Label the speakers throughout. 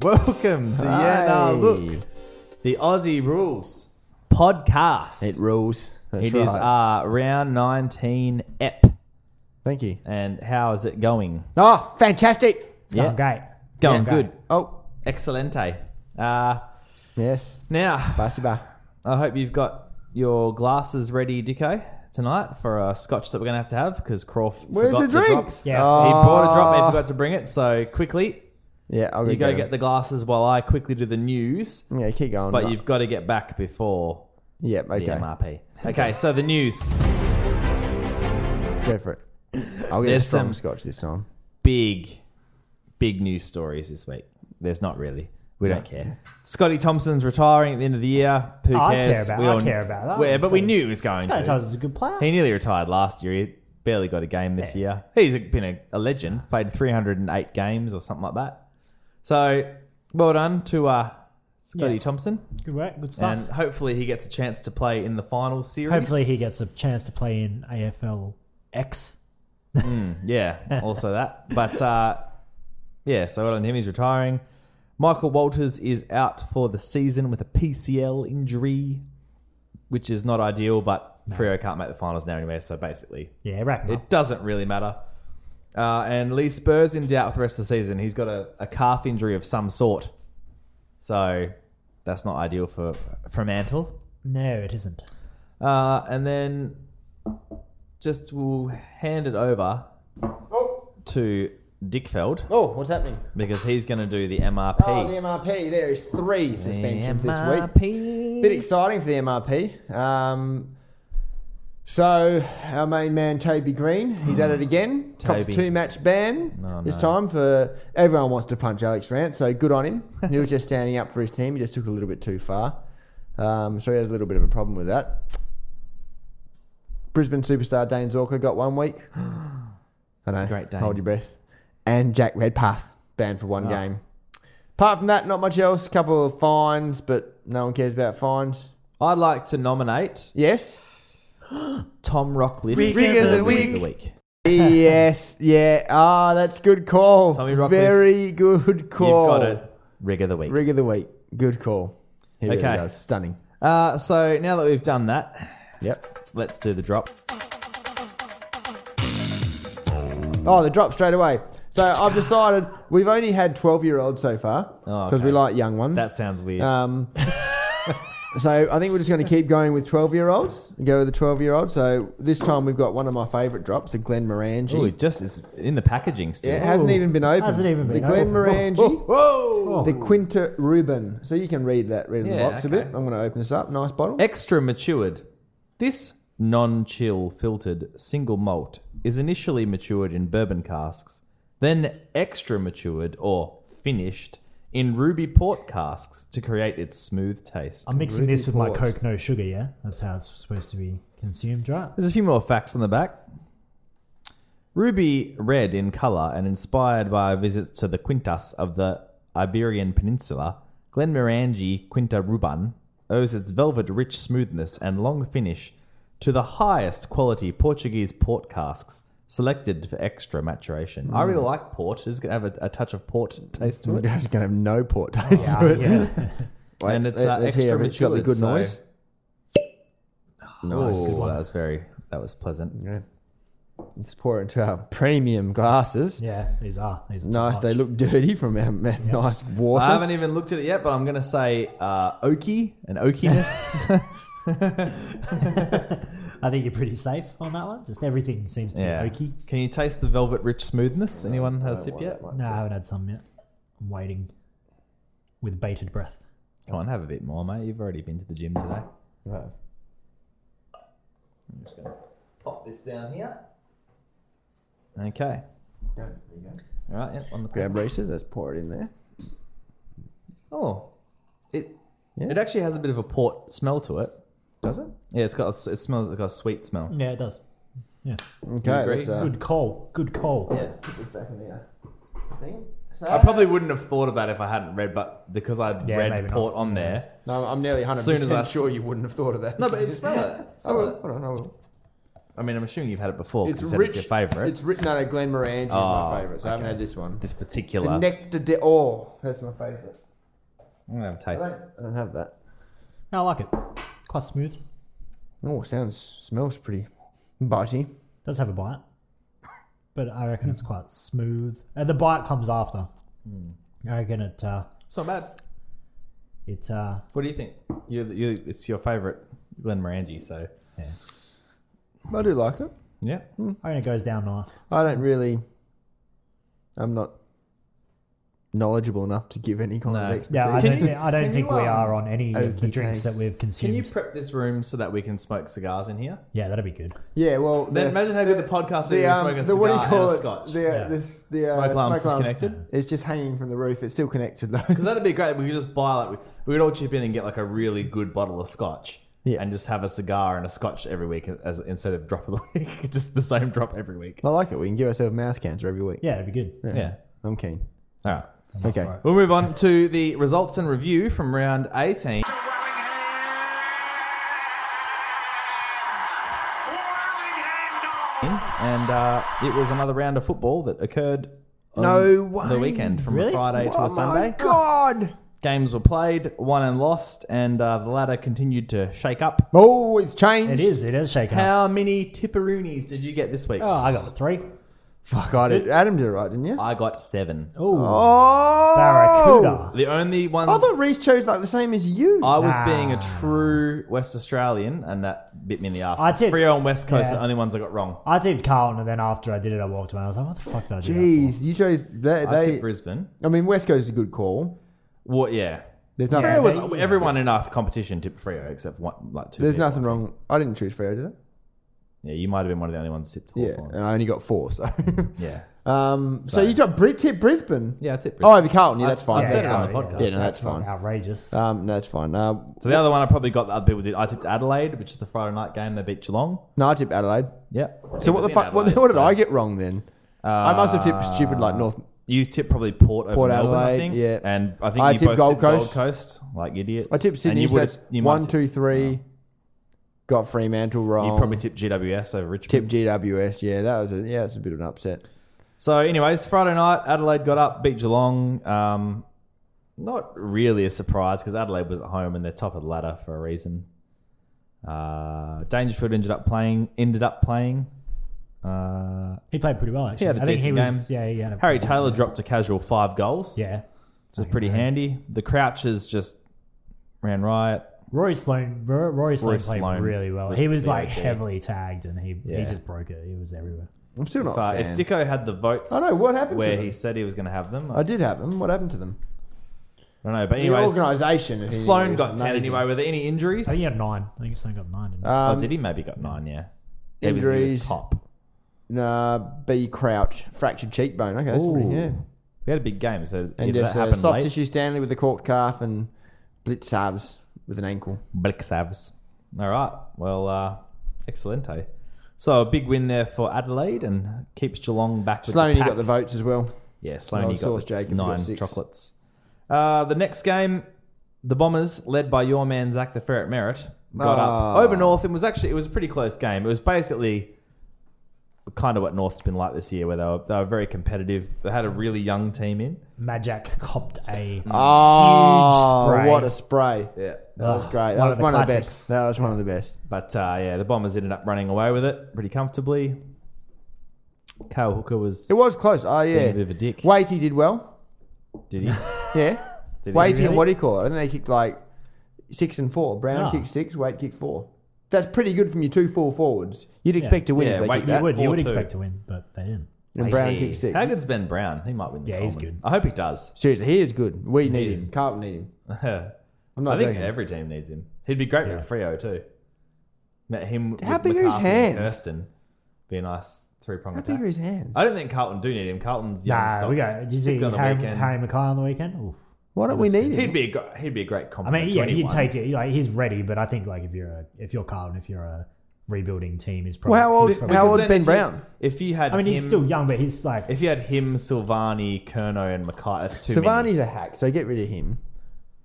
Speaker 1: welcome to Yeah Nah Look, the Aussie Rules podcast.
Speaker 2: It rules. That's
Speaker 1: It
Speaker 2: right.
Speaker 1: is uh, round 19 EP.
Speaker 2: Thank you.
Speaker 1: And how is it going?
Speaker 2: Oh, fantastic.
Speaker 3: It's going great.
Speaker 1: Going
Speaker 2: Yeah.
Speaker 1: good.
Speaker 2: Oh,
Speaker 1: Excelente. Uh,
Speaker 2: yes.
Speaker 1: now,
Speaker 2: Basiba.
Speaker 1: I hope you've got your glasses ready, Dicko, tonight for a scotch that we're going to have to have because Croft
Speaker 2: Where's
Speaker 1: forgot
Speaker 2: the drinks?
Speaker 1: drops.
Speaker 3: Yeah.
Speaker 1: He brought a drop and forgot to bring it. So quickly,
Speaker 2: Yeah, I'll go
Speaker 1: you go
Speaker 2: get,
Speaker 1: get the glasses while I quickly do the news.
Speaker 2: the. Yeah, keep going.
Speaker 1: But
Speaker 2: Right.
Speaker 1: you've got to get back before
Speaker 2: Yep.
Speaker 1: the
Speaker 2: Okay.
Speaker 1: MRP. Okay, so the news.
Speaker 2: Go for it. I'll get a
Speaker 1: There's
Speaker 2: strong
Speaker 1: some-
Speaker 2: scotch this time.
Speaker 1: Big, big news stories this week. There's not really. We don't care. Scotty Thompson's retiring at the end of the year. Who
Speaker 3: I care
Speaker 1: cares?
Speaker 3: about-
Speaker 1: we
Speaker 3: I
Speaker 1: all-
Speaker 3: care about that.
Speaker 1: Where, but we knew he was going
Speaker 3: Tony
Speaker 1: to.
Speaker 3: Todd is a good player.
Speaker 1: He nearly retired last year. He barely got a game this year. He's a- been a, a legend. Played 308 games or something like that. So, well done to uh, Scotty
Speaker 3: Yeah.
Speaker 1: Thompson.
Speaker 3: good work. Good stuff.
Speaker 1: And hopefully he gets a chance to play in the final series.
Speaker 3: Hopefully, he gets a chance to play in AFL X.
Speaker 1: Yeah, also that. But uh, yeah, so well on him. He's retiring. Michael Walters is out for the season with a PCL injury, which is not ideal, but Frio can't make the finals now anyway, so basically
Speaker 3: Yeah, wrap him up.
Speaker 1: it doesn't really matter. Uh, and Lee Spurs in doubt for the rest of the season. He's got a, a calf injury of some sort. So that's not ideal for, for Mantle.
Speaker 3: No, it isn't.
Speaker 1: Uh, and then just we'll hand it over to Dickfeld
Speaker 2: Oh, what's happening?
Speaker 1: because he's going to do the MRP.
Speaker 2: Oh, the MRP. There is three
Speaker 1: The
Speaker 2: suspensions this week.
Speaker 1: MRP.
Speaker 2: Bit exciting for the MRP. Um, so our main man Toby Green, he's at it again. Cops
Speaker 1: Toby.
Speaker 2: two match ban
Speaker 1: Oh,
Speaker 2: this
Speaker 1: no.
Speaker 2: time for everyone wants to punch Alex Rant, so good on him. he was just standing up for his team. He just took a little bit too far. Um, so he has a little bit of a problem with that. Brisbane superstar Dane Zorka got one week. I know.
Speaker 1: Great Ah. Dane.
Speaker 2: Hold your breath. And Jack Redpath banned for one game. Apart from that, not much else. A couple of fines, but no one cares about fines.
Speaker 1: I'd like to nominate
Speaker 2: Yes.
Speaker 1: Tom Rockliff
Speaker 2: Rig of the
Speaker 1: Rig of
Speaker 2: week. yes. Yeah. Ah, that's good call.
Speaker 1: Tommy Rockliff.
Speaker 2: Very good
Speaker 1: You've
Speaker 2: call.
Speaker 1: got it. Rig of the week.
Speaker 2: Rig of the week. Good call. He really
Speaker 1: Okay.
Speaker 2: does. Stunning.
Speaker 1: Uh, so now that we've done that,
Speaker 2: Yep.
Speaker 1: let's do the drop.
Speaker 2: Oh, the drop straight away. So I've decided we've only had 12 year olds so far because
Speaker 1: Oh,
Speaker 2: we
Speaker 1: okay.
Speaker 2: like young ones.
Speaker 1: That sounds weird.
Speaker 2: Um, so I think we're just going to keep going with 12 year olds. Go with the 12 year olds. So this time we've got one of my favourite drops, the Glen Morangi.
Speaker 1: Ooh, it just is in the packaging still.
Speaker 2: Yeah, it hasn't
Speaker 3: Ooh.
Speaker 2: even been opened.
Speaker 3: Hasn't even
Speaker 2: the
Speaker 3: been
Speaker 2: Glen
Speaker 3: opened.
Speaker 2: Morangi.
Speaker 1: Whoa!
Speaker 2: The Quinta Rubin. So you can read that, read the
Speaker 1: Oh. Yeah,
Speaker 2: box a
Speaker 1: okay.
Speaker 2: bit. I'm going to open this up. Nice bottle.
Speaker 1: Extra matured. This non chill filtered single malt is initially matured in bourbon casks, then extra matured or finished in ruby port casks to create its smooth taste.
Speaker 3: I'm mixing
Speaker 2: Ruby
Speaker 3: this with my
Speaker 2: Port.
Speaker 3: Coke No Sugar, yeah? That's how it's supposed to be consumed, right?
Speaker 1: There's a few more facts on the back. Ruby red in colour and inspired by visits to the Quintas of the Iberian Peninsula, Glenmorangie Quinta Ruban owes its velvet rich smoothness and long finish to the highest quality Portuguese port casks selected for extra maturation. I
Speaker 2: Mm.
Speaker 1: really like port. It's going to have a, a touch of port taste to
Speaker 2: We're
Speaker 1: it.
Speaker 2: going to have no port taste.
Speaker 3: Ah, yeah.
Speaker 2: Wait,
Speaker 1: Oh, And it's,
Speaker 2: let-
Speaker 1: uh,
Speaker 2: let's
Speaker 1: extra
Speaker 2: if it's got the
Speaker 1: matured,
Speaker 2: good
Speaker 1: so-
Speaker 2: noise. Nice.
Speaker 1: Ooh, that was very, that was pleasant.
Speaker 2: Yeah. Let's pour it into our premium glasses.
Speaker 3: yeah, these are. These are
Speaker 2: Nice.
Speaker 3: top
Speaker 2: They
Speaker 3: notch.
Speaker 2: look dirty from our ma- nice water.
Speaker 1: I haven't even looked at it yet, but I'm going to say uh, oaky and oakiness.
Speaker 3: I think you're pretty safe on that one. Just everything seems to
Speaker 1: Yeah.
Speaker 3: be oaky.
Speaker 1: Can you taste the velvet rich smoothness? Anyone has a sip
Speaker 2: want
Speaker 1: yet?
Speaker 2: that one.
Speaker 3: No, I haven't had some yet. I'm waiting with bated breath.
Speaker 1: Come on, have a bit more, mate. You've already been to the gym today.
Speaker 2: Right.
Speaker 1: I'm just gonna pop this down here. Okay.
Speaker 2: There you go.
Speaker 1: All right. Yep. On the
Speaker 2: Grab races. Let's pour it in there.
Speaker 1: Oh, it
Speaker 2: Yeah.
Speaker 1: it actually has a bit of a port smell to it.
Speaker 2: Does it?
Speaker 1: Yeah, it's got a s it smells like a sweet
Speaker 2: Mm.
Speaker 1: smell.
Speaker 3: Yeah, it does. Yeah.
Speaker 2: Okay.
Speaker 1: agree?
Speaker 2: Let's, uh,
Speaker 3: Good call. Good call.
Speaker 1: Yeah.
Speaker 2: Put this back in the uh, thing. So
Speaker 1: I probably wouldn't have thought of that if I hadn't read, but because I would
Speaker 3: Yeah,
Speaker 1: read
Speaker 3: maybe not.
Speaker 1: port on there.
Speaker 2: No, I'm nearly 100%
Speaker 1: Soon as I-
Speaker 2: sure you wouldn't have thought of that.
Speaker 1: No, but it smell it.
Speaker 2: I
Speaker 1: Smell
Speaker 2: will.
Speaker 1: it.
Speaker 2: Hold on, I will.
Speaker 1: I mean, I'm assuming you've had it before. 'cause
Speaker 2: Oh. It's
Speaker 1: you said
Speaker 2: rich.
Speaker 1: It's your favorite.
Speaker 2: It's rich. No, no, Glen Morangi is
Speaker 1: Oh,
Speaker 2: my favourite. So I haven't had this one.
Speaker 1: this
Speaker 2: The
Speaker 1: particular.
Speaker 2: Nectar de Or. That's my favourite.
Speaker 1: I'm gonna have a
Speaker 2: I
Speaker 1: taste.
Speaker 2: don't, I don't have that.
Speaker 3: No, I like it. Quite smooth.
Speaker 2: Oh, sounds smells pretty bitey.
Speaker 3: Does have a bite, but I reckon it's quite smooth. And the bite comes after.
Speaker 1: Hmm.
Speaker 3: I reckon it. Uh,
Speaker 1: It's not bad.
Speaker 3: It. Uh,
Speaker 1: What do you think? You, you, it's your favorite Glenmorangie, so
Speaker 3: yeah.
Speaker 2: I do like it.
Speaker 1: yeah.
Speaker 3: I reckon it goes down nice.
Speaker 2: I don't really. I'm not knowledgeable enough to give any kind
Speaker 1: No.
Speaker 2: of expertise.
Speaker 3: Yeah, I
Speaker 1: Can
Speaker 3: don't.
Speaker 1: you-
Speaker 3: thi- I don't
Speaker 1: can
Speaker 3: think
Speaker 1: you,
Speaker 3: we
Speaker 1: um,
Speaker 3: are on any of the
Speaker 2: Okey
Speaker 3: drinks
Speaker 2: case.
Speaker 3: that we've
Speaker 1: Can you
Speaker 3: consumed.
Speaker 1: prep this room so that we can smoke cigars in here?
Speaker 3: yeah, that'd be good.
Speaker 2: Yeah, well,
Speaker 1: Then
Speaker 2: the-
Speaker 1: imagine how good the podcast is.
Speaker 2: the,
Speaker 1: if
Speaker 2: um,
Speaker 1: we smoke a
Speaker 2: the-
Speaker 1: cigar
Speaker 2: what do you call
Speaker 1: and a
Speaker 2: it?
Speaker 1: scotch.
Speaker 2: The,
Speaker 3: Yeah.
Speaker 2: uh, this, the uh,
Speaker 1: Smoke alarm's
Speaker 2: smoke alarm's-
Speaker 1: disconnected?
Speaker 2: It's just hanging from the roof. It's still connected though.
Speaker 1: Because that'd be great. We could just buy like we, we would all chip in and get like a really good bottle of scotch.
Speaker 2: Yeah.
Speaker 1: And just have a cigar and a scotch every week as instead of drop of the week, just the same drop every week.
Speaker 2: I like it. We can give ourselves mouth cancer every week.
Speaker 3: Yeah, that'd be good.
Speaker 1: Yeah.
Speaker 2: I'm keen.
Speaker 1: All right.
Speaker 2: Okay.
Speaker 3: for it.
Speaker 1: We'll move on to the results and review from round 18. And uh, it was another round of football that occurred on
Speaker 2: No way.
Speaker 1: the weekend from
Speaker 3: Really?
Speaker 1: a Friday to
Speaker 2: oh
Speaker 1: a Sunday.
Speaker 2: my god!
Speaker 1: Games were played, won and lost, and uh, the ladder continued to shake up.
Speaker 2: Oh, it's changed.
Speaker 3: It is. It is shaking up.
Speaker 1: How many tipperoonies did you get this week?
Speaker 3: Oh, I got three.
Speaker 2: Fuck, I did. Adam did it right, didn't you?
Speaker 1: I got seven.
Speaker 3: Oh,
Speaker 2: Oh,
Speaker 3: barracuda.
Speaker 1: The only ones
Speaker 2: I thought Reese chose like the same as you.
Speaker 1: I was
Speaker 3: Nah.
Speaker 1: being a true West Australian, and that bit me in the ass.
Speaker 3: I
Speaker 1: It's
Speaker 3: did-
Speaker 1: Frio and West Coast are
Speaker 3: yeah.
Speaker 1: the only ones I got wrong.
Speaker 3: I did Carlton, and then after I did it, I walked away. I was like, "What the fuck did I do?" that
Speaker 2: Jeez, you chose they.
Speaker 1: I
Speaker 2: they
Speaker 1: tipped Brisbane.
Speaker 2: I mean, West Coast is a good call.
Speaker 1: Well, yeah.
Speaker 2: There's nothing.
Speaker 1: Freo was
Speaker 3: they- yeah.
Speaker 1: everyone in our competition tipped Frio except one, like two.
Speaker 2: there's
Speaker 1: people.
Speaker 2: nothing wrong. I didn't choose Freo, did I?
Speaker 1: Yeah, you might have been one of the only ones tipped.
Speaker 2: Yeah,
Speaker 1: Hawthorn.
Speaker 2: and I only got four. So,
Speaker 1: yeah,
Speaker 2: um, so
Speaker 1: So-
Speaker 2: you got Brit tip Brisbane.
Speaker 1: yeah. I tipped
Speaker 2: Oh,
Speaker 1: Brisbane.
Speaker 2: over Carlton. Yeah,
Speaker 1: I-
Speaker 2: that's
Speaker 1: I
Speaker 2: fine.
Speaker 1: said
Speaker 2: that's
Speaker 1: it
Speaker 2: fine.
Speaker 1: on the podcast.
Speaker 2: Yeah, no, that's
Speaker 3: not
Speaker 2: fine.
Speaker 3: Outrageous.
Speaker 2: Um, no, that's fine. Uh,
Speaker 1: so the other one I probably got that other people did. I tipped Adelaide, which is the Friday night game. They beat Geelong.
Speaker 2: no, I tipped Adelaide.
Speaker 1: Yeah.
Speaker 2: So what the fuck? What, what did I get wrong then? I must have tipped stupid like North.
Speaker 1: uh, You tipped probably Port over
Speaker 2: Port
Speaker 1: Melbourne, I
Speaker 2: Adelaide,
Speaker 1: think.
Speaker 2: yeah.
Speaker 1: And I think
Speaker 2: I
Speaker 1: you
Speaker 2: tipped
Speaker 1: both
Speaker 2: Gold
Speaker 1: tipped Gold Coast,
Speaker 2: Coast.
Speaker 1: like idiots.
Speaker 2: I tipped
Speaker 1: And
Speaker 2: Sydney.
Speaker 1: you
Speaker 2: so
Speaker 1: would've-
Speaker 2: that's
Speaker 1: you might
Speaker 2: one,
Speaker 1: have
Speaker 2: two,
Speaker 1: tipped-
Speaker 2: three. Got Fremantle wrong.
Speaker 1: You probably tipped GWS over Richmond.
Speaker 2: tipped GWS. Yeah, that was a yeah, it's a bit of an upset.
Speaker 1: So, anyways, Friday night, Adelaide got up, beat Geelong. Um, not really a surprise because Adelaide was at home and they're top of the ladder for a reason. Uh, Dangerfield ended up playing. Ended up playing. Uh,
Speaker 3: he played pretty well. Actually,
Speaker 1: had a
Speaker 3: I think he
Speaker 1: decent
Speaker 3: was.
Speaker 1: game.
Speaker 3: Yeah, he had a
Speaker 1: Harry Taylor dropped a casual five goals,
Speaker 3: Yeah,
Speaker 1: which was pretty handy. The Crouchers just ran riot.
Speaker 3: Rory Sloan. Ro- Rory Sloan
Speaker 1: Rory
Speaker 3: played
Speaker 1: Sloan
Speaker 3: really well.
Speaker 1: was
Speaker 3: He was like
Speaker 1: BOG.
Speaker 3: heavily tagged, and he he
Speaker 1: Yeah.
Speaker 3: just broke it. He was everywhere.
Speaker 2: I'm still not.
Speaker 1: If, uh,
Speaker 2: a
Speaker 1: if
Speaker 2: fan.
Speaker 1: Dicko had the votes,
Speaker 2: I know, what happened to
Speaker 1: where
Speaker 2: them?
Speaker 1: he said he was going to have them. I,
Speaker 2: I did have them. What happened to them?
Speaker 1: don't know, but
Speaker 2: The
Speaker 1: anyways,
Speaker 2: organisation. is-
Speaker 1: Sloan
Speaker 2: is
Speaker 1: got ten
Speaker 2: amazing.
Speaker 1: anyway. Were there any injuries?
Speaker 3: I think he had nine. I think Sloan got nine. Didn't he?
Speaker 1: oh,
Speaker 2: Um,
Speaker 1: did he maybe got nine? Yeah, He was- he was
Speaker 2: injuries.
Speaker 1: top.
Speaker 2: Nah, B Crouch fractured cheekbone. Okay, that's pretty
Speaker 1: Ooh.
Speaker 2: yeah.
Speaker 1: We had a big game, so
Speaker 2: And
Speaker 1: either
Speaker 2: just
Speaker 1: that
Speaker 2: uh,
Speaker 1: happened
Speaker 2: soft
Speaker 1: late.
Speaker 2: tissue Stanley with a corked calf and Blitzavs with an ankle.
Speaker 1: Black Sabs. All right. Well, uh, excelente. So a big win there for Adelaide and keeps Geelong back with
Speaker 2: Sloaney
Speaker 1: the pack.
Speaker 2: got the votes as well.
Speaker 1: Yeah,
Speaker 2: Well,
Speaker 1: Sloaney got
Speaker 2: Source
Speaker 1: the
Speaker 2: Jacobs got
Speaker 1: nine
Speaker 2: six.
Speaker 1: chocolates. Uh, the next game, the Bombers, led by your man Zach the Ferret Merritt, got
Speaker 2: Ah.
Speaker 1: up over North and was actually it was a pretty close game. It was basically kind of what North's been like this year, where they were, they were very competitive. They had a really young team in.
Speaker 3: Majak copped
Speaker 2: Mm.
Speaker 3: a
Speaker 1: Uh,
Speaker 2: Oh,
Speaker 3: huge spray.
Speaker 2: what a spray!
Speaker 1: Yeah.
Speaker 2: That was great. That
Speaker 3: one
Speaker 2: was
Speaker 3: of the
Speaker 2: one of the
Speaker 3: classics.
Speaker 2: best. That was one of the best.
Speaker 1: But uh, yeah, the Bombers ended up running away with it pretty comfortably. Kyle Hooker was
Speaker 2: It was close. Oh yeah,
Speaker 1: a bit of a dick.
Speaker 2: Waity did well.
Speaker 1: did he?
Speaker 2: Yeah,
Speaker 1: Did he
Speaker 2: Waity
Speaker 1: really?
Speaker 2: and what do you call it? I think they kicked like six and four. Brown
Speaker 3: Ah.
Speaker 2: kicked six. Wait kicked four. That's pretty good from your two four forwards. You'd expect to win
Speaker 1: Yeah,
Speaker 2: if they
Speaker 1: Waite-
Speaker 2: kicked
Speaker 1: you
Speaker 2: that.
Speaker 3: you would you would
Speaker 1: 4-2.
Speaker 3: expect to win, but they didn't.
Speaker 2: And Brown
Speaker 1: Hey.
Speaker 2: kicked six.
Speaker 1: How good's Ben Brown? He might win. The
Speaker 3: Yeah, he's
Speaker 1: Coleman.
Speaker 3: good.
Speaker 1: I hope he does.
Speaker 2: Seriously, he is good. We need
Speaker 1: He's-
Speaker 2: him. Carlton need him. I'm not
Speaker 1: I think
Speaker 2: joking.
Speaker 1: every team needs him. He'd be great
Speaker 3: Yeah.
Speaker 1: with Frio too. Met him.
Speaker 2: How
Speaker 1: with
Speaker 2: big are his
Speaker 1: McCarthy and
Speaker 2: hands?
Speaker 1: Kirsten. Be a nice three prong
Speaker 2: How big
Speaker 1: attack.
Speaker 2: are his hands?
Speaker 1: I don't think Carlton do need him. Carlton's young.
Speaker 3: Nah, we
Speaker 1: stocks.
Speaker 3: go. You see
Speaker 1: Particularly on the
Speaker 3: Harry,
Speaker 1: weekend.
Speaker 3: Harry Mackay on the weekend. Oof.
Speaker 2: Why don't we need
Speaker 1: He'd
Speaker 2: him?
Speaker 1: be a gr- he'd be a great
Speaker 3: I
Speaker 1: compliment.
Speaker 3: mean, yeah,
Speaker 1: to
Speaker 3: you'd
Speaker 1: anyone.
Speaker 3: take it. Like he's ready, but I think like if you're a, if you're Carlton, if you're a rebuilding team, is probably
Speaker 2: Well, how
Speaker 3: he's
Speaker 2: old?
Speaker 3: probably-
Speaker 2: How
Speaker 1: Because
Speaker 2: old
Speaker 1: then if
Speaker 2: Ben
Speaker 1: you-
Speaker 2: Brown?
Speaker 1: If you had,
Speaker 3: I mean, he's
Speaker 1: him-
Speaker 3: still young, but he's like
Speaker 1: If you had him, Silvani, Kerno, and Mackay, that's too many.
Speaker 2: Savani's a hack, so get rid of him.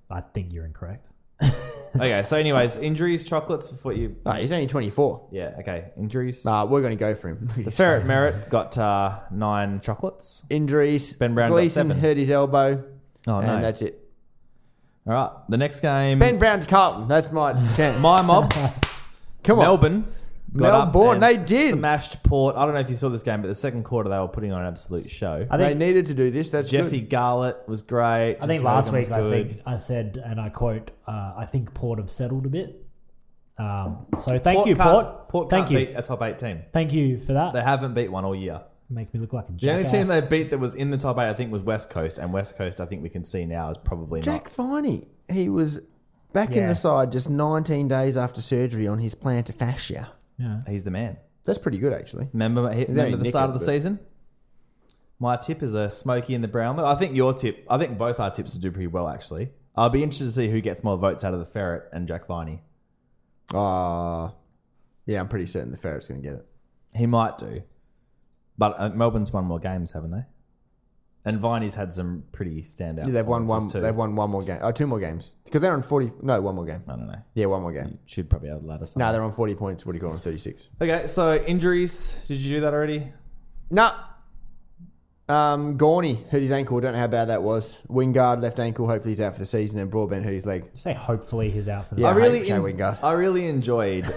Speaker 3: I think you're incorrect.
Speaker 1: Okay, so anyways, injuries, chocolates before you.
Speaker 2: No, he's only 24.
Speaker 1: Yeah, okay, injuries.
Speaker 2: Nah, we're going to go for him.
Speaker 1: The ferret Merritt got uh, nine chocolates.
Speaker 2: Injuries.
Speaker 1: Ben Brown got
Speaker 2: Gleason
Speaker 1: seven.
Speaker 2: hurt his elbow,
Speaker 1: Oh
Speaker 2: and
Speaker 1: no!
Speaker 2: that's it.
Speaker 1: All right, the next game.
Speaker 2: Ben Brown to Carlton. That's my chance.
Speaker 1: my mob,
Speaker 2: Come on.
Speaker 1: Melbourne. got up
Speaker 2: Melbourne,
Speaker 1: and
Speaker 2: they did.
Speaker 1: Smashed Port. I don't know if you saw this game, but the second quarter they were putting on an absolute show.
Speaker 3: I
Speaker 2: They
Speaker 3: think
Speaker 2: needed to do this. That's
Speaker 1: Jeffy
Speaker 2: good.
Speaker 1: Garlett was great.
Speaker 3: I think
Speaker 1: Jesse
Speaker 3: last
Speaker 1: Hogan was
Speaker 3: week I
Speaker 1: good.
Speaker 3: think I said and I quote uh, I think Port have settled a bit. Um, so thank you
Speaker 1: can't-
Speaker 3: Port. thank
Speaker 1: can't
Speaker 3: you.
Speaker 1: beat a top eight team.
Speaker 3: Thank you for that.
Speaker 1: They haven't beat one all year.
Speaker 3: Make me look like a
Speaker 1: The only
Speaker 3: jackass.
Speaker 1: team they beat that was in the top eight, I think, was West Coast, and West Coast, I think we can see now is probably
Speaker 2: Jack Viney. He was back in
Speaker 3: Yeah.
Speaker 2: the side just 19 days after surgery on his plantar fascia.
Speaker 3: yeah.
Speaker 1: not. He's the man.
Speaker 2: That's pretty good, actually.
Speaker 1: Remember, he-
Speaker 2: only
Speaker 1: remember the start
Speaker 2: nicked
Speaker 1: of the
Speaker 2: it, but-
Speaker 1: season. My tip is a Smoky in the Brownlow. I think your tip. I think both our tips do pretty well actually. I'll be interested to see who gets more votes out of the Ferret and Jack Viney.
Speaker 2: Ah, yeah, I'm pretty certain the ferret's going to get it.
Speaker 1: He might do, but uh, Melbourne's won more games, haven't they? And Viney's had some pretty standout.
Speaker 2: Yeah, they've won one.
Speaker 1: performances Too.
Speaker 2: They've won one more game. Oh, two more games because they're on 40. No, one more game.
Speaker 1: I don't know.
Speaker 2: Yeah, one more game.
Speaker 1: Should probably have ladder.
Speaker 2: No, they're on 40 points. What do you call them? 36.
Speaker 1: Okay, so injuries. Did you do that already?
Speaker 2: No. Um, Gorney hurt his ankle. Don't know how bad that was. Wingard left ankle. Hopefully he's out for the season. And Broadbent hurt his leg.
Speaker 3: Say hopefully he's out for the
Speaker 2: Yeah.
Speaker 1: I really,
Speaker 2: hate Shane Wingard.
Speaker 1: I really enjoyed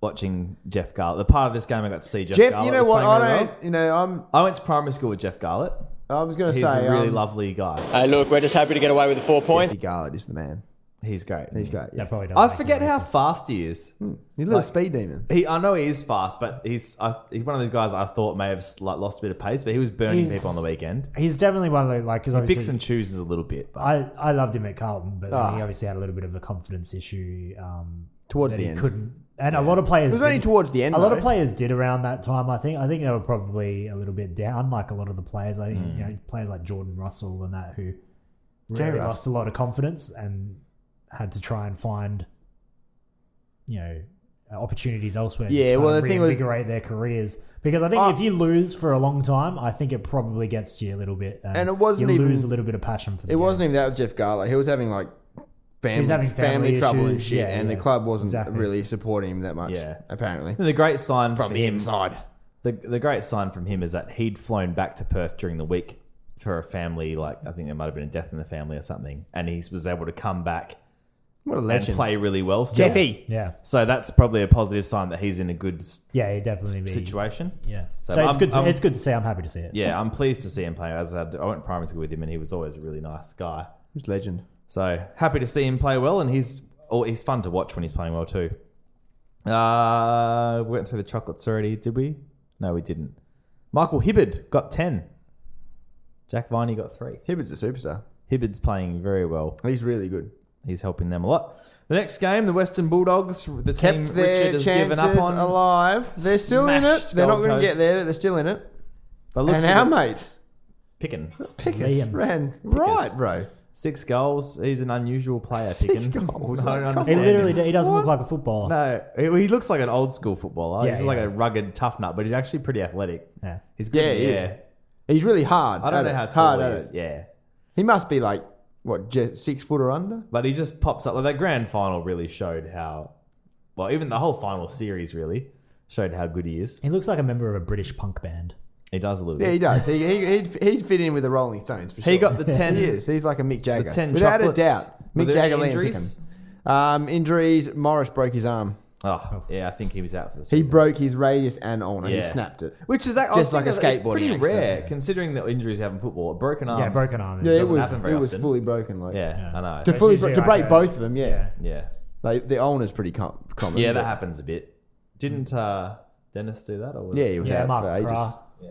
Speaker 1: watching Jeff Garlett. The part of this game I got to see Jeff.
Speaker 2: Jeff,
Speaker 1: Garlett
Speaker 2: you know
Speaker 1: was
Speaker 2: what?
Speaker 1: playing really
Speaker 2: I don't.
Speaker 1: well.
Speaker 2: You know, I'm.
Speaker 1: I went to primary school with Jeff Garlett.
Speaker 2: I was going to
Speaker 1: He's
Speaker 2: say.
Speaker 1: a really
Speaker 2: um,
Speaker 1: lovely guy.
Speaker 4: Hey, look, we're just happy to get away with the four points.
Speaker 2: Jeffy Garland is the man.
Speaker 1: He's great.
Speaker 2: He's great. Hmm.
Speaker 3: That
Speaker 2: Yeah.
Speaker 3: probably doesn't
Speaker 1: I
Speaker 3: make
Speaker 1: forget
Speaker 3: him
Speaker 1: how
Speaker 3: racist.
Speaker 1: fast he is.
Speaker 2: He's a little
Speaker 1: Like-
Speaker 2: speed demon.
Speaker 1: He, I know he is fast, but he's I, he's one of those guys I thought may have like lost a bit of pace, but he was burning
Speaker 3: He's-
Speaker 1: people on the weekend.
Speaker 3: He's definitely one of the like because
Speaker 1: Picks
Speaker 3: obviously
Speaker 1: and chooses a little bit, but
Speaker 3: I, I loved him at Carlton, but
Speaker 2: Ah.
Speaker 3: he obviously had a little bit of a confidence issue. Um,
Speaker 2: Towards
Speaker 3: that
Speaker 2: the
Speaker 3: he
Speaker 2: end.
Speaker 3: couldn't, and a lot of players.
Speaker 2: It was only
Speaker 3: did-
Speaker 2: towards the end,
Speaker 3: A lot of
Speaker 2: though.
Speaker 3: players did around that time. I think. I think they were probably a little bit down, like a lot of the players. I think
Speaker 2: Mm.
Speaker 3: you know players like Jordan Russell and that who
Speaker 2: Jay
Speaker 3: really
Speaker 2: Russ.
Speaker 3: lost a lot of confidence and had to try and find, you know, opportunities elsewhere. to
Speaker 2: Yeah,
Speaker 3: try
Speaker 2: well,
Speaker 3: and
Speaker 2: the thing was-
Speaker 3: reinvigorate their careers. Because I think
Speaker 2: Ah.
Speaker 3: if you lose for a long time, I think it probably gets to you a little bit,
Speaker 2: And it wasn't
Speaker 3: you
Speaker 2: even-
Speaker 3: lose a little bit of passion for the
Speaker 2: It
Speaker 3: game.
Speaker 2: wasn't even that with Jeff Garland. He was having like family,
Speaker 3: was having
Speaker 2: family,
Speaker 3: family
Speaker 2: trouble and
Speaker 3: issues.
Speaker 2: shit,
Speaker 3: Yeah,
Speaker 2: and
Speaker 3: yeah.
Speaker 2: the club wasn't
Speaker 3: Exactly.
Speaker 2: really supporting him that much.
Speaker 1: Yeah.
Speaker 2: apparently
Speaker 1: the great sign from him
Speaker 2: inside.
Speaker 1: The, the great sign from him is that he'd flown back to Perth during the week for a family, like I think there might have been a death in the family or something, and he was able to come back
Speaker 2: What a
Speaker 1: and
Speaker 2: legend,
Speaker 1: play really well. Still.
Speaker 2: Jeffy.
Speaker 3: Yeah,
Speaker 1: So that's probably a positive sign that he's in a good s-
Speaker 3: yeah, he definitely be-
Speaker 1: situation.
Speaker 3: Yeah,
Speaker 1: So
Speaker 3: so,
Speaker 1: I'm-
Speaker 3: it's good. To,
Speaker 1: I'm-
Speaker 3: it's good to see. I'm happy to see it.
Speaker 1: Yeah, I'm pleased to see him play. As I, I went to primary school with him, and he was always a really nice guy.
Speaker 2: He's a legend.
Speaker 1: So happy to see him play well, and he's oh, he's fun to watch when he's playing well too. Uh, we went through the chocolates already, did we? No, we didn't. Michael Hibbard got ten. Jack Viney got three.
Speaker 2: Hibbard's a superstar.
Speaker 1: Hibbard's playing very well.
Speaker 2: He's really good.
Speaker 1: He's helping them a lot. The next game, the Western Bulldogs, the team
Speaker 2: Kept
Speaker 1: Richard
Speaker 2: their
Speaker 1: has
Speaker 2: chances
Speaker 1: given up on.
Speaker 2: alive. They're still in it.
Speaker 1: Smashed
Speaker 2: They're not
Speaker 1: Gold
Speaker 2: going to get
Speaker 1: Coast.
Speaker 2: there, but they're still in it.
Speaker 1: By the looks
Speaker 2: and
Speaker 1: of
Speaker 2: our
Speaker 1: it,
Speaker 2: mate
Speaker 1: Pickin.
Speaker 2: Pickers
Speaker 3: Liam.
Speaker 2: ran right, bro.
Speaker 1: Six goals. He's an unusual player,
Speaker 2: Six
Speaker 1: Pickin.
Speaker 2: goals.
Speaker 1: I don't
Speaker 2: Like,
Speaker 3: He
Speaker 1: understand
Speaker 3: literally
Speaker 1: him.
Speaker 3: he doesn't look like a footballer.
Speaker 1: No, he he looks like an old school footballer.
Speaker 3: Yeah,
Speaker 1: he's
Speaker 3: he
Speaker 1: like
Speaker 3: does.
Speaker 1: a rugged tough nut, but he's actually pretty athletic.
Speaker 3: Yeah.
Speaker 1: He's good.
Speaker 2: Yeah,
Speaker 1: Yeah,
Speaker 2: he is. He's really hard.
Speaker 1: I don't
Speaker 2: at
Speaker 1: know
Speaker 2: it.
Speaker 1: how tall
Speaker 2: hard at
Speaker 1: he is.
Speaker 2: it.
Speaker 1: Yeah,
Speaker 2: He must be like what j- six foot or under.
Speaker 1: but he just pops up. Like that grand final really showed how, well, even the whole final series really showed how good he is.
Speaker 3: He looks like a member of a British punk band.
Speaker 1: He does a little
Speaker 2: Yeah, he
Speaker 1: bit.
Speaker 2: does. he, he, he'd, he'd fit in with the Rolling Stones for sure.
Speaker 1: He got the ten.
Speaker 2: He is. He's like a Mick
Speaker 1: The
Speaker 2: Jagger.
Speaker 1: ten
Speaker 2: Without
Speaker 1: chocolates.
Speaker 2: a doubt.
Speaker 1: Were
Speaker 2: Mick
Speaker 1: there any
Speaker 2: Jagger, Liam
Speaker 1: injuries?
Speaker 2: Pickham. Um, injuries. Morris broke his arm.
Speaker 1: Oh, yeah, I think he was out for the
Speaker 2: He
Speaker 1: season.
Speaker 2: broke his radius and ulna. He
Speaker 1: Yeah.
Speaker 2: snapped it.
Speaker 1: which is that,
Speaker 2: Just like a
Speaker 1: It's
Speaker 2: skateboarding
Speaker 1: pretty
Speaker 2: accident.
Speaker 1: rare considering the injuries you have in football. A broken arm.
Speaker 3: Yeah, broken arm.
Speaker 2: Yeah, it
Speaker 1: doesn't
Speaker 2: was.
Speaker 1: happen very
Speaker 2: It was
Speaker 1: often.
Speaker 2: fully broken. Like
Speaker 1: Yeah,
Speaker 3: Yeah.
Speaker 1: I know.
Speaker 2: to fully
Speaker 3: It's
Speaker 2: bro-
Speaker 3: usually
Speaker 2: to break
Speaker 3: like a-
Speaker 2: both of them. Yeah,
Speaker 3: yeah.
Speaker 1: yeah,
Speaker 2: Like, the ulna's pretty com- common.
Speaker 1: yeah, that
Speaker 2: but-
Speaker 1: happens a bit. Didn't uh, Dennis do that? Or was
Speaker 2: Yeah,
Speaker 1: it-
Speaker 2: he was
Speaker 3: Yeah,
Speaker 2: out
Speaker 3: Mark
Speaker 2: for ages.
Speaker 3: Krah
Speaker 1: yeah,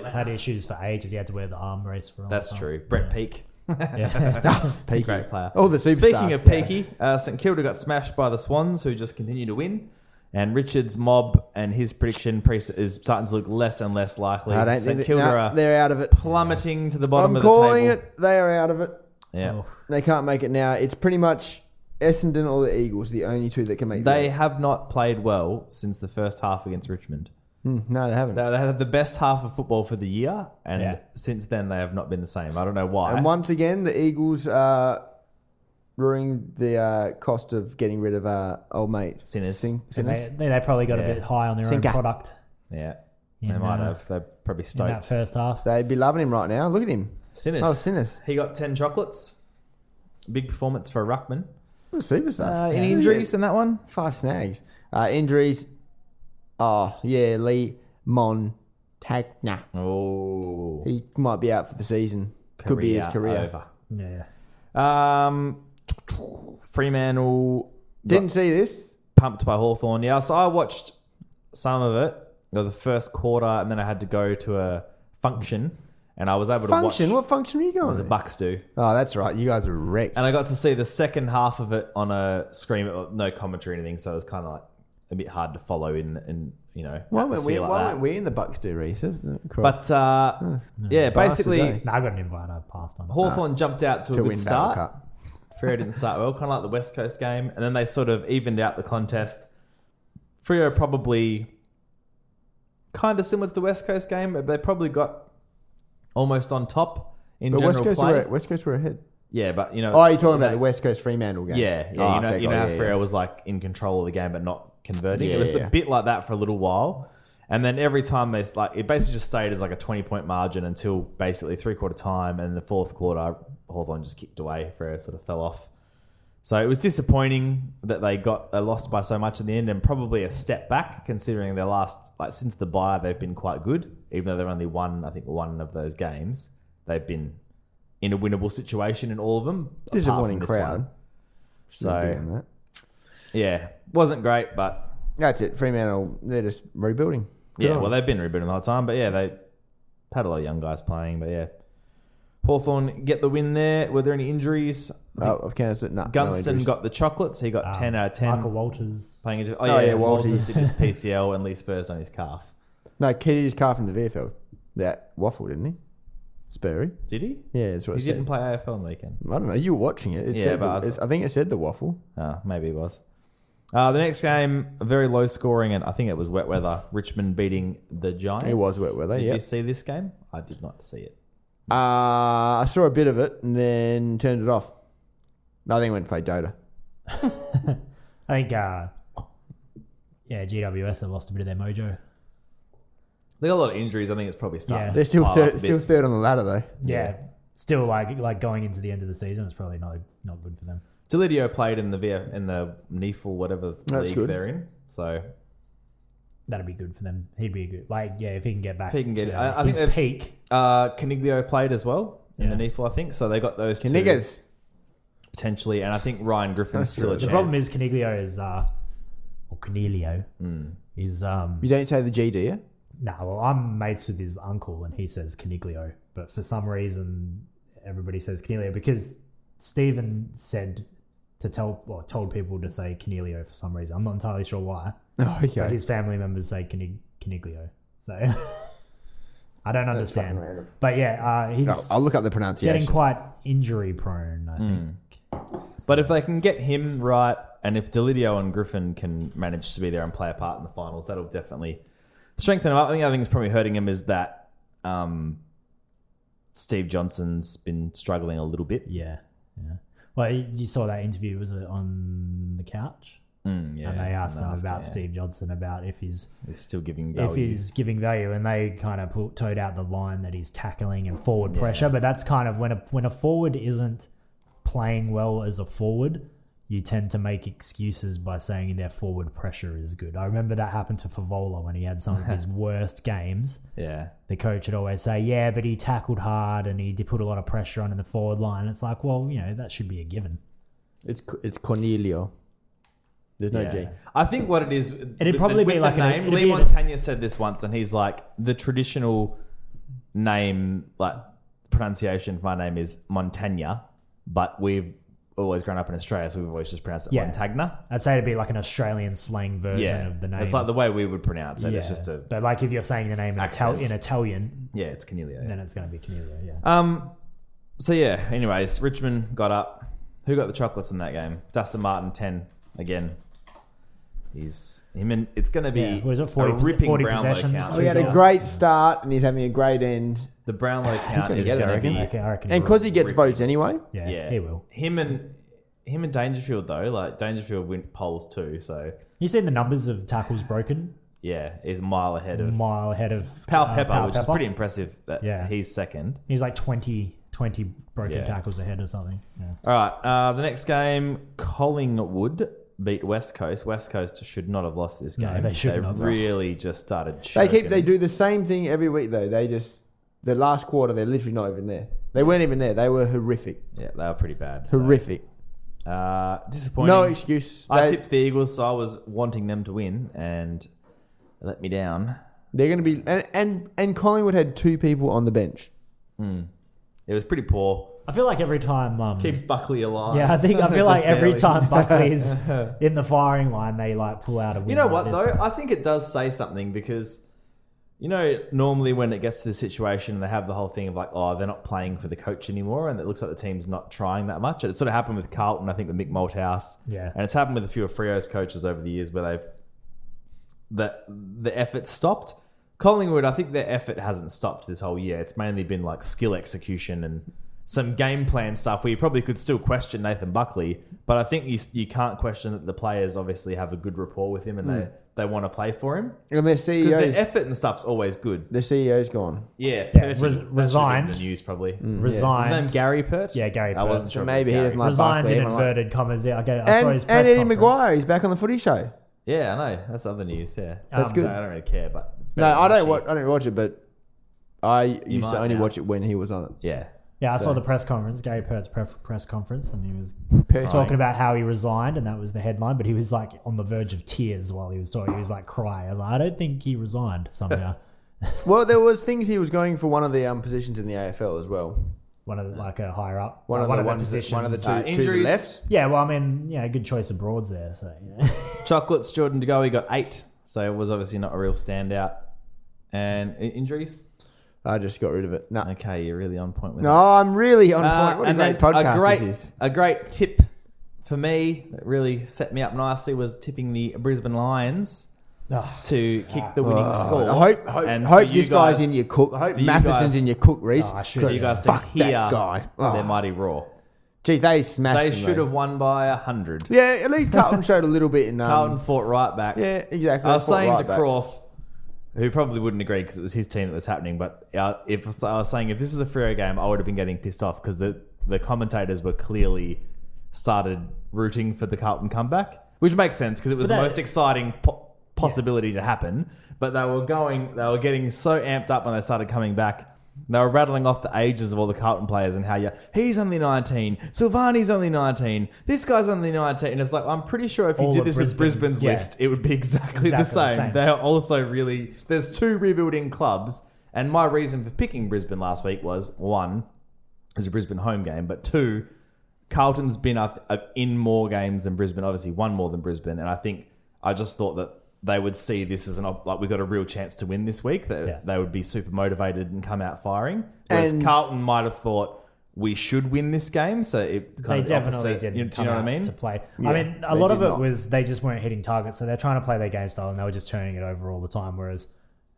Speaker 1: yeah.
Speaker 3: had issues for ages. He had to wear the arm brace for a long
Speaker 1: That's
Speaker 3: time.
Speaker 1: true. Brett Peake.
Speaker 3: Oh, Yeah.
Speaker 2: Peaky.
Speaker 1: Great player.
Speaker 3: Oh,
Speaker 2: All the superstars.
Speaker 1: Speaking of Peaky, uh, St Kilda got smashed by the Swans, who just continue to win. And Richard's mob and his prediction pre- is starting to look less and less likely.
Speaker 2: I don't
Speaker 1: St
Speaker 2: think that,
Speaker 1: Kilda
Speaker 2: no,
Speaker 1: are
Speaker 2: they're out of it.
Speaker 1: plummeting to the bottom
Speaker 2: I'm
Speaker 1: of the
Speaker 2: calling
Speaker 1: table.
Speaker 2: it. They are out of it.
Speaker 1: Yeah.
Speaker 3: Oh.
Speaker 2: They can't make it now. It's pretty much Essendon or the Eagles, the only two that can make
Speaker 1: They
Speaker 2: it.
Speaker 1: have not played well since the first half against Richmond.
Speaker 2: Hmm, No, they haven't.
Speaker 1: They they had the best half of football for the year, and
Speaker 3: Yeah.
Speaker 1: since then they have not been the same. I don't know why.
Speaker 2: And once again, the Eagles are ruining the uh, cost of getting rid of uh, old mate.
Speaker 1: Sinners.
Speaker 2: Sing-
Speaker 3: They,
Speaker 2: Sinners.
Speaker 3: they they probably got
Speaker 1: Yeah.
Speaker 3: a bit high on their
Speaker 2: Sinker.
Speaker 3: own product
Speaker 1: yeah, they
Speaker 3: Yeah,
Speaker 1: might
Speaker 3: no.
Speaker 1: have. They're probably
Speaker 3: in that
Speaker 1: stoked.
Speaker 3: first half.
Speaker 2: They'd be loving him right now. Look at him.
Speaker 1: Sinners.
Speaker 2: Oh, Sinners.
Speaker 1: He got ten chocolates. Big performance for Ruckman.
Speaker 2: We're super
Speaker 1: Uh,
Speaker 2: sus.
Speaker 1: any injuries in that one?
Speaker 2: Five snags. Uh, injuries. Oh, yeah, Lee Montagna.
Speaker 1: Oh,
Speaker 2: He might be out for the season. Could be his career.
Speaker 3: Yeah.
Speaker 1: Um, Fremantle
Speaker 2: Didn't see this.
Speaker 1: pumped by Hawthorn. Yeah, so I watched some of it, or the first quarter, and then I had to go to a function, and I was able
Speaker 2: Function?
Speaker 1: to watch.
Speaker 2: What function were you
Speaker 1: It was
Speaker 2: going
Speaker 1: a
Speaker 2: to?
Speaker 1: Bucks do,
Speaker 2: Oh, that's right. You guys are wrecked.
Speaker 1: and I got to see the second half of it on a screen, but no commentary or anything, so it was kind of like a bit hard to follow in, in you know,
Speaker 2: Why weren't we?
Speaker 1: atmosphere like
Speaker 2: why
Speaker 1: that.
Speaker 2: weren't we Hmm. in the Bucks do Reese? isn't it? Correct.
Speaker 1: But uh, yeah,
Speaker 2: Bastard,
Speaker 1: basically
Speaker 2: eh?
Speaker 3: No, I got an invite. I passed on.
Speaker 1: Hawthorn jumped out to,
Speaker 2: to
Speaker 1: a
Speaker 2: win
Speaker 1: good
Speaker 2: Start.
Speaker 1: start. Freo didn't start well, kind of like the West Coast game, and then they sort of evened out the contest. Freo probably kind of similar to the West Coast game, but they probably got almost on top in
Speaker 2: But
Speaker 1: general
Speaker 2: West Coast,
Speaker 1: play.
Speaker 2: were, West Coast were ahead.
Speaker 1: Yeah, but you know,
Speaker 2: Oh, you're talking about the West Coast Fremantle game?
Speaker 1: yeah, yeah,
Speaker 2: Oh,
Speaker 1: you know,
Speaker 2: fair
Speaker 1: you know
Speaker 2: call,
Speaker 1: how
Speaker 2: yeah,
Speaker 1: Freo
Speaker 2: yeah.
Speaker 1: was like in control of the game but not converting.
Speaker 2: Yeah,
Speaker 1: it was
Speaker 2: yeah.
Speaker 1: a bit like that for a little while, and then every time they s- like it basically just stayed as like a twenty point margin until basically three quarter time, and the fourth quarter Hawthorn just kicked away. Freo sort of fell off. So it was disappointing that they got they lost by so much in the end, and probably a step back considering their last like since the bye they've been quite good, even though they've only won I think one of those games. They've been in a winnable situation in all of them. apart from
Speaker 2: Disappointing
Speaker 1: this
Speaker 2: crowd.
Speaker 1: one.
Speaker 2: Shouldn't be
Speaker 1: So-
Speaker 2: doing that.
Speaker 1: Yeah, wasn't great, but
Speaker 2: that's it. Fremantle, they're just rebuilding. Good
Speaker 1: yeah,
Speaker 2: on
Speaker 1: well
Speaker 2: them.
Speaker 1: they've been rebuilding the whole time, but yeah, they had a lot of young guys playing, but yeah. Hawthorn get the win there. Were there any injuries?
Speaker 2: oh, I've counted. No, no
Speaker 1: Gunston
Speaker 2: injuries. Ah,
Speaker 1: got the chocolates. He got
Speaker 3: Um,
Speaker 1: ten out of ten.
Speaker 3: Michael Walters.
Speaker 1: playing into, oh,
Speaker 2: Oh,
Speaker 1: yeah,
Speaker 2: yeah,
Speaker 1: Walters
Speaker 2: Walters.
Speaker 1: did his PCL and Lee Spurs on his calf.
Speaker 2: no. Key just carved into the VFL. That waffle, didn't he? Spurry.
Speaker 1: Did he?
Speaker 2: Yeah, that's what
Speaker 1: He
Speaker 2: it
Speaker 1: didn't
Speaker 2: said.
Speaker 1: play AFL on the weekend.
Speaker 2: I don't know. You were watching it. it
Speaker 1: Yeah,
Speaker 2: said
Speaker 1: but
Speaker 2: the-
Speaker 1: I was-
Speaker 2: it's- I think it said the waffle.
Speaker 1: Uh, maybe he was. Uh, the next game, very low scoring, and I think it was wet weather. Richmond beating the Giants.
Speaker 2: It was wet weather,
Speaker 1: Did
Speaker 2: yep.
Speaker 1: you see this game? I did not see it.
Speaker 2: Uh, I saw a bit of it and then turned it off. I think I went to play Dota.
Speaker 3: I think. Uh, yeah, GWS have lost a bit of their mojo.
Speaker 1: They got a lot of injuries. I think it's probably starting.
Speaker 3: Yeah.
Speaker 1: to
Speaker 2: They're still
Speaker 1: pile up
Speaker 2: third,
Speaker 1: Oh, a bit.
Speaker 2: still third on the ladder though.
Speaker 3: Yeah. Still like like going into the end of the season, it's probably not not good for them.
Speaker 1: Delidio played in the VF, in the NEFL, whatever
Speaker 2: That's
Speaker 1: league
Speaker 2: good.
Speaker 1: they're in. So
Speaker 3: That'd be good for them. He'd be a good. Like yeah, if he can get back,
Speaker 1: He can get-
Speaker 3: to
Speaker 1: I- I
Speaker 3: his
Speaker 1: think they've-
Speaker 3: peak.
Speaker 1: uh, Caniglio played as well in the
Speaker 3: Yeah.
Speaker 1: NEFL, I think. So they got those two
Speaker 2: Niggas.
Speaker 1: potentially, and I think Ryan Griffin's still a
Speaker 2: The
Speaker 1: chance.
Speaker 3: The problem is Caniglio is uh, or Canelio
Speaker 2: Hmm.
Speaker 3: is um.
Speaker 2: You don't say the G, do you?
Speaker 3: No, well, I'm mates with his uncle, and he says Caniglio, but for some reason, everybody says Caniglio because Stephen said to tell or told people to say Caniglio for some reason. I'm not entirely sure why,
Speaker 2: Oh,
Speaker 3: but
Speaker 2: okay.
Speaker 3: his family members say Canig- Caniglio, so I don't
Speaker 2: fucking
Speaker 3: understand.
Speaker 2: random.
Speaker 3: But yeah, uh, he's
Speaker 2: No, I'll Hmm. look up the
Speaker 3: getting
Speaker 2: pronunciation.
Speaker 3: quite injury prone. I think.
Speaker 1: But if they can get him right, and if Delidio and Griffin can manage to be there and play a part in the finals, that'll definitely strengthen him. up. I think the other thing that's probably hurting him is that um, Steve Johnson's been struggling a little bit.
Speaker 3: Yeah, yeah. Well, you you saw that interview was it on the couch?
Speaker 1: Mm, yeah,
Speaker 3: and they asked them
Speaker 1: that's-
Speaker 3: about
Speaker 1: yeah.
Speaker 3: Steve Johnson about if he's
Speaker 1: He's still giving
Speaker 3: if
Speaker 1: value.
Speaker 3: he's giving value, and they kind of put, towed out the line that he's tackling and forward pressure. But that's kind of when a when a forward isn't playing well as a forward, you tend to make excuses by saying their forward pressure is good. I remember that happened to Favola when he had some of his worst games.
Speaker 1: yeah.
Speaker 3: The coach would always say, "Yeah, but he tackled hard and he did put a lot of pressure on in the forward line." It's like, well, you know, that should be a given.
Speaker 2: It's it's Cornelio. There's no G.
Speaker 1: Yeah. I think what it is, it'd
Speaker 3: probably be like an-
Speaker 1: name.
Speaker 3: it'd
Speaker 1: Lee
Speaker 3: be a-
Speaker 1: Montagna said this once, and he's like the traditional name, like pronunciation. for My name is Montagna, but we've always grown up in Australia, so we've always just pronounced it
Speaker 3: Yeah.
Speaker 1: Montagna.
Speaker 3: I'd say it'd be like an Australian slang version
Speaker 1: Yeah,
Speaker 3: of the name.
Speaker 1: it's like the way we would pronounce it. It's
Speaker 3: Yeah.
Speaker 1: just a
Speaker 3: but like if you're saying the name in, Ital-
Speaker 1: accent.
Speaker 3: in Italian,
Speaker 1: yeah, it's Cornelio. yeah.
Speaker 3: then it's going to be Canelio. Yeah.
Speaker 1: Um, so yeah. Anyways, Richmond got up. Who got the chocolates in that game? Dustin Martin ten again. He's him and it's going to be
Speaker 3: Yeah, what is it,
Speaker 1: a
Speaker 3: 40
Speaker 1: ripping
Speaker 3: 40
Speaker 1: Brownlow
Speaker 3: possessions?
Speaker 1: count.
Speaker 3: Oh,
Speaker 2: So he had a
Speaker 3: Yeah.
Speaker 2: great start and he's having a great end.
Speaker 1: The Brownlow count
Speaker 2: gonna
Speaker 1: is
Speaker 2: get it, I
Speaker 1: going to
Speaker 2: reckon.
Speaker 1: be
Speaker 3: Okay, I reckon.
Speaker 2: And
Speaker 3: he
Speaker 2: because
Speaker 3: will.
Speaker 2: he gets votes anyway.
Speaker 3: yeah,
Speaker 1: yeah.
Speaker 3: he will.
Speaker 1: Him and him and Dangerfield though, like Dangerfield went polls too, so
Speaker 3: You seen the numbers of tackles broken?
Speaker 1: yeah, he's a mile ahead
Speaker 3: A
Speaker 1: of
Speaker 3: mile ahead of
Speaker 1: Pal
Speaker 3: Mm. uh,
Speaker 1: Mm. Pepper, which is
Speaker 3: Pepper.
Speaker 1: pretty impressive that
Speaker 3: Yeah.
Speaker 1: he's second.
Speaker 3: He's like 20, twenty broken
Speaker 1: Yeah.
Speaker 3: tackles ahead or something. Yeah.
Speaker 1: All right. Uh, the next game, Collingwood beat West Coast. West Coast should not have lost this game.
Speaker 3: No, they should not have.
Speaker 1: really just started.
Speaker 2: They keep
Speaker 1: choking.
Speaker 2: they do the same thing every week though. They just the last quarter they're literally not even there. They weren't even there. They were horrific,
Speaker 1: Yeah, they were pretty bad. so,
Speaker 2: horrific.
Speaker 1: uh, disappointing.
Speaker 2: No excuse.
Speaker 1: I
Speaker 2: They-
Speaker 1: tipped the Eagles, so I was wanting them to win, and they let me down.
Speaker 2: They're going to be and, and and Collingwood had two people on the bench.
Speaker 1: It was pretty poor.
Speaker 3: I feel like every time um,
Speaker 1: Keeps Buckley alive.
Speaker 3: Yeah, I think I
Speaker 1: Just
Speaker 3: feel like every
Speaker 1: barely.
Speaker 3: time Buckley's in the firing line, they like pull out a win.
Speaker 1: You know
Speaker 3: like
Speaker 1: what
Speaker 3: this.
Speaker 1: though? I think it does say something because you know normally when it gets to this situation, they have the whole thing of like, oh, they're not playing for the coach anymore, and it looks like the team's not trying that much. And it sort of happened with Carlton, I think, with Mick Malthouse.
Speaker 3: Yeah.
Speaker 1: and it's happened with a few of Frio's coaches over the years where they've the the effort stopped. Collingwood, I think their effort hasn't stopped this whole year. It's mainly been like skill execution and some game plan stuff where you probably could still question Nathan Buckley, but I think you you can't question that the players obviously have a good rapport with him and they, they want to play for him
Speaker 2: And their
Speaker 1: because
Speaker 2: CEO's
Speaker 1: their effort and stuff's always good.
Speaker 2: their CEO's gone.
Speaker 1: Yeah, Pert
Speaker 3: res-
Speaker 1: resigned.
Speaker 3: resigned.
Speaker 1: the news probably.
Speaker 2: Mm.
Speaker 1: His name
Speaker 3: resigned,
Speaker 1: Gary Pert.
Speaker 3: Yeah, Gary
Speaker 1: I
Speaker 3: Pert.
Speaker 1: wasn't sure. if it
Speaker 2: Maybe
Speaker 1: was
Speaker 2: he
Speaker 1: Gary.
Speaker 2: doesn't like
Speaker 3: resigned
Speaker 2: Buckley.
Speaker 3: in
Speaker 2: everyone like-
Speaker 3: inverted commas. Yeah, I, get, I saw
Speaker 2: And
Speaker 3: his
Speaker 2: and
Speaker 3: press
Speaker 2: Eddie
Speaker 3: conference.
Speaker 2: McGuire is back on the Footy Show.
Speaker 1: Yeah, I know. That's other news. Yeah, Um,
Speaker 3: That's
Speaker 2: good.
Speaker 1: I don't really care, but
Speaker 2: No, I don't. Watch,
Speaker 1: What?
Speaker 2: I don't watch it, but I used
Speaker 1: might
Speaker 2: to only
Speaker 1: now.
Speaker 2: watch it when he was on it.
Speaker 1: Yeah,
Speaker 3: Yeah, I saw
Speaker 2: So-
Speaker 3: the press conference, Gary Pert's pref- press conference, and he was
Speaker 2: Perth-
Speaker 3: talking about how he resigned, and that was the headline. But he was like on the verge of tears while he was talking. He was like crying. I, was like, I don't think he resigned somehow.
Speaker 2: Well, there was things he was going for one of the um, positions in the AFL as well.
Speaker 3: one of the, like a higher up,
Speaker 2: One
Speaker 1: Oh,
Speaker 3: like,
Speaker 2: of the ones, that, one of the two,
Speaker 3: positions.
Speaker 1: Uh,
Speaker 2: two to the
Speaker 1: injuries.
Speaker 2: left.
Speaker 3: Yeah, well, I mean, yeah, good choice of broads there. So yeah.
Speaker 1: Chocolates, Jordan De Goey got eight, so it was obviously not a real standout. And i- injuries?
Speaker 2: I just got rid of it. No,
Speaker 1: Okay, you're really on point with
Speaker 2: no,
Speaker 1: that.
Speaker 2: Oh, I'm really on
Speaker 1: Uh,
Speaker 2: point. What a
Speaker 1: and
Speaker 2: great
Speaker 1: then
Speaker 2: podcast
Speaker 1: a great,
Speaker 2: this is.
Speaker 1: A great tip for me that really set me up nicely was tipping the Brisbane Lions
Speaker 3: Ah,
Speaker 1: to kick the winning score.
Speaker 2: I Oh. hope, hope,
Speaker 1: And
Speaker 2: hope
Speaker 1: for
Speaker 2: this
Speaker 1: you
Speaker 2: guy's
Speaker 1: guys-
Speaker 2: in your cook. I hope
Speaker 1: for you
Speaker 2: Matheson's
Speaker 1: guys-
Speaker 2: in your cook, Reese.
Speaker 3: Oh, I should-
Speaker 1: for you guys to
Speaker 2: Fuck
Speaker 1: hear
Speaker 2: that guy.
Speaker 1: their
Speaker 2: Oh.
Speaker 1: mighty roar.
Speaker 2: Jeez, they smashed.
Speaker 1: They
Speaker 2: him,
Speaker 1: should
Speaker 2: though.
Speaker 1: have won by a hundred.
Speaker 2: Yeah, at least Carlton showed a little bit in. Um,
Speaker 1: Carlton fought right back.
Speaker 2: Yeah, exactly.
Speaker 1: I was
Speaker 2: They fought
Speaker 1: saying
Speaker 2: right
Speaker 1: to
Speaker 2: back.
Speaker 1: Croft, who probably wouldn't agree because it was his team that was happening, but uh, if I was saying if this is a Freo game, I would have been getting pissed off because the, the commentators were clearly started rooting for the Carlton comeback, which makes sense because it was
Speaker 3: But
Speaker 1: the
Speaker 3: that-
Speaker 1: most exciting po- possibility to happen. But they were going, they were getting so amped up when they started coming back. They were rattling off the ages of all the Carlton players and how you he's only nineteen, Silvani's only nineteen, this guy's only nineteen. And it's like I'm pretty sure if you
Speaker 3: All
Speaker 1: did
Speaker 3: of
Speaker 1: this with
Speaker 3: Brisbane,
Speaker 1: Brisbane's
Speaker 3: yeah.
Speaker 1: list, it would be exactly, the,
Speaker 3: Exactly the
Speaker 1: same.
Speaker 3: same.
Speaker 1: They are also really there's two rebuilding clubs, and my reason for picking Brisbane last week was one, is a Brisbane home game, but two, Carlton's been up, up in more games than Brisbane. Obviously, one more than Brisbane, and I think I just thought that they would see this as an op- like we got a real chance to win this week. That
Speaker 3: Yeah.
Speaker 1: they would be super motivated and come out firing. Whereas
Speaker 2: And-
Speaker 1: Carlton might have thought. We should win this game, so it
Speaker 3: they
Speaker 1: kind of
Speaker 3: definitely
Speaker 1: opposite-
Speaker 3: didn't.
Speaker 1: You, do
Speaker 3: come
Speaker 1: you know what
Speaker 3: out
Speaker 1: I mean?
Speaker 3: To play,
Speaker 2: Yeah,
Speaker 3: I mean, a
Speaker 2: they
Speaker 3: lot of
Speaker 2: did
Speaker 3: it
Speaker 2: not.
Speaker 3: was they just weren't hitting targets, so they're trying to play their game style, and they were just turning it over all the time. Whereas,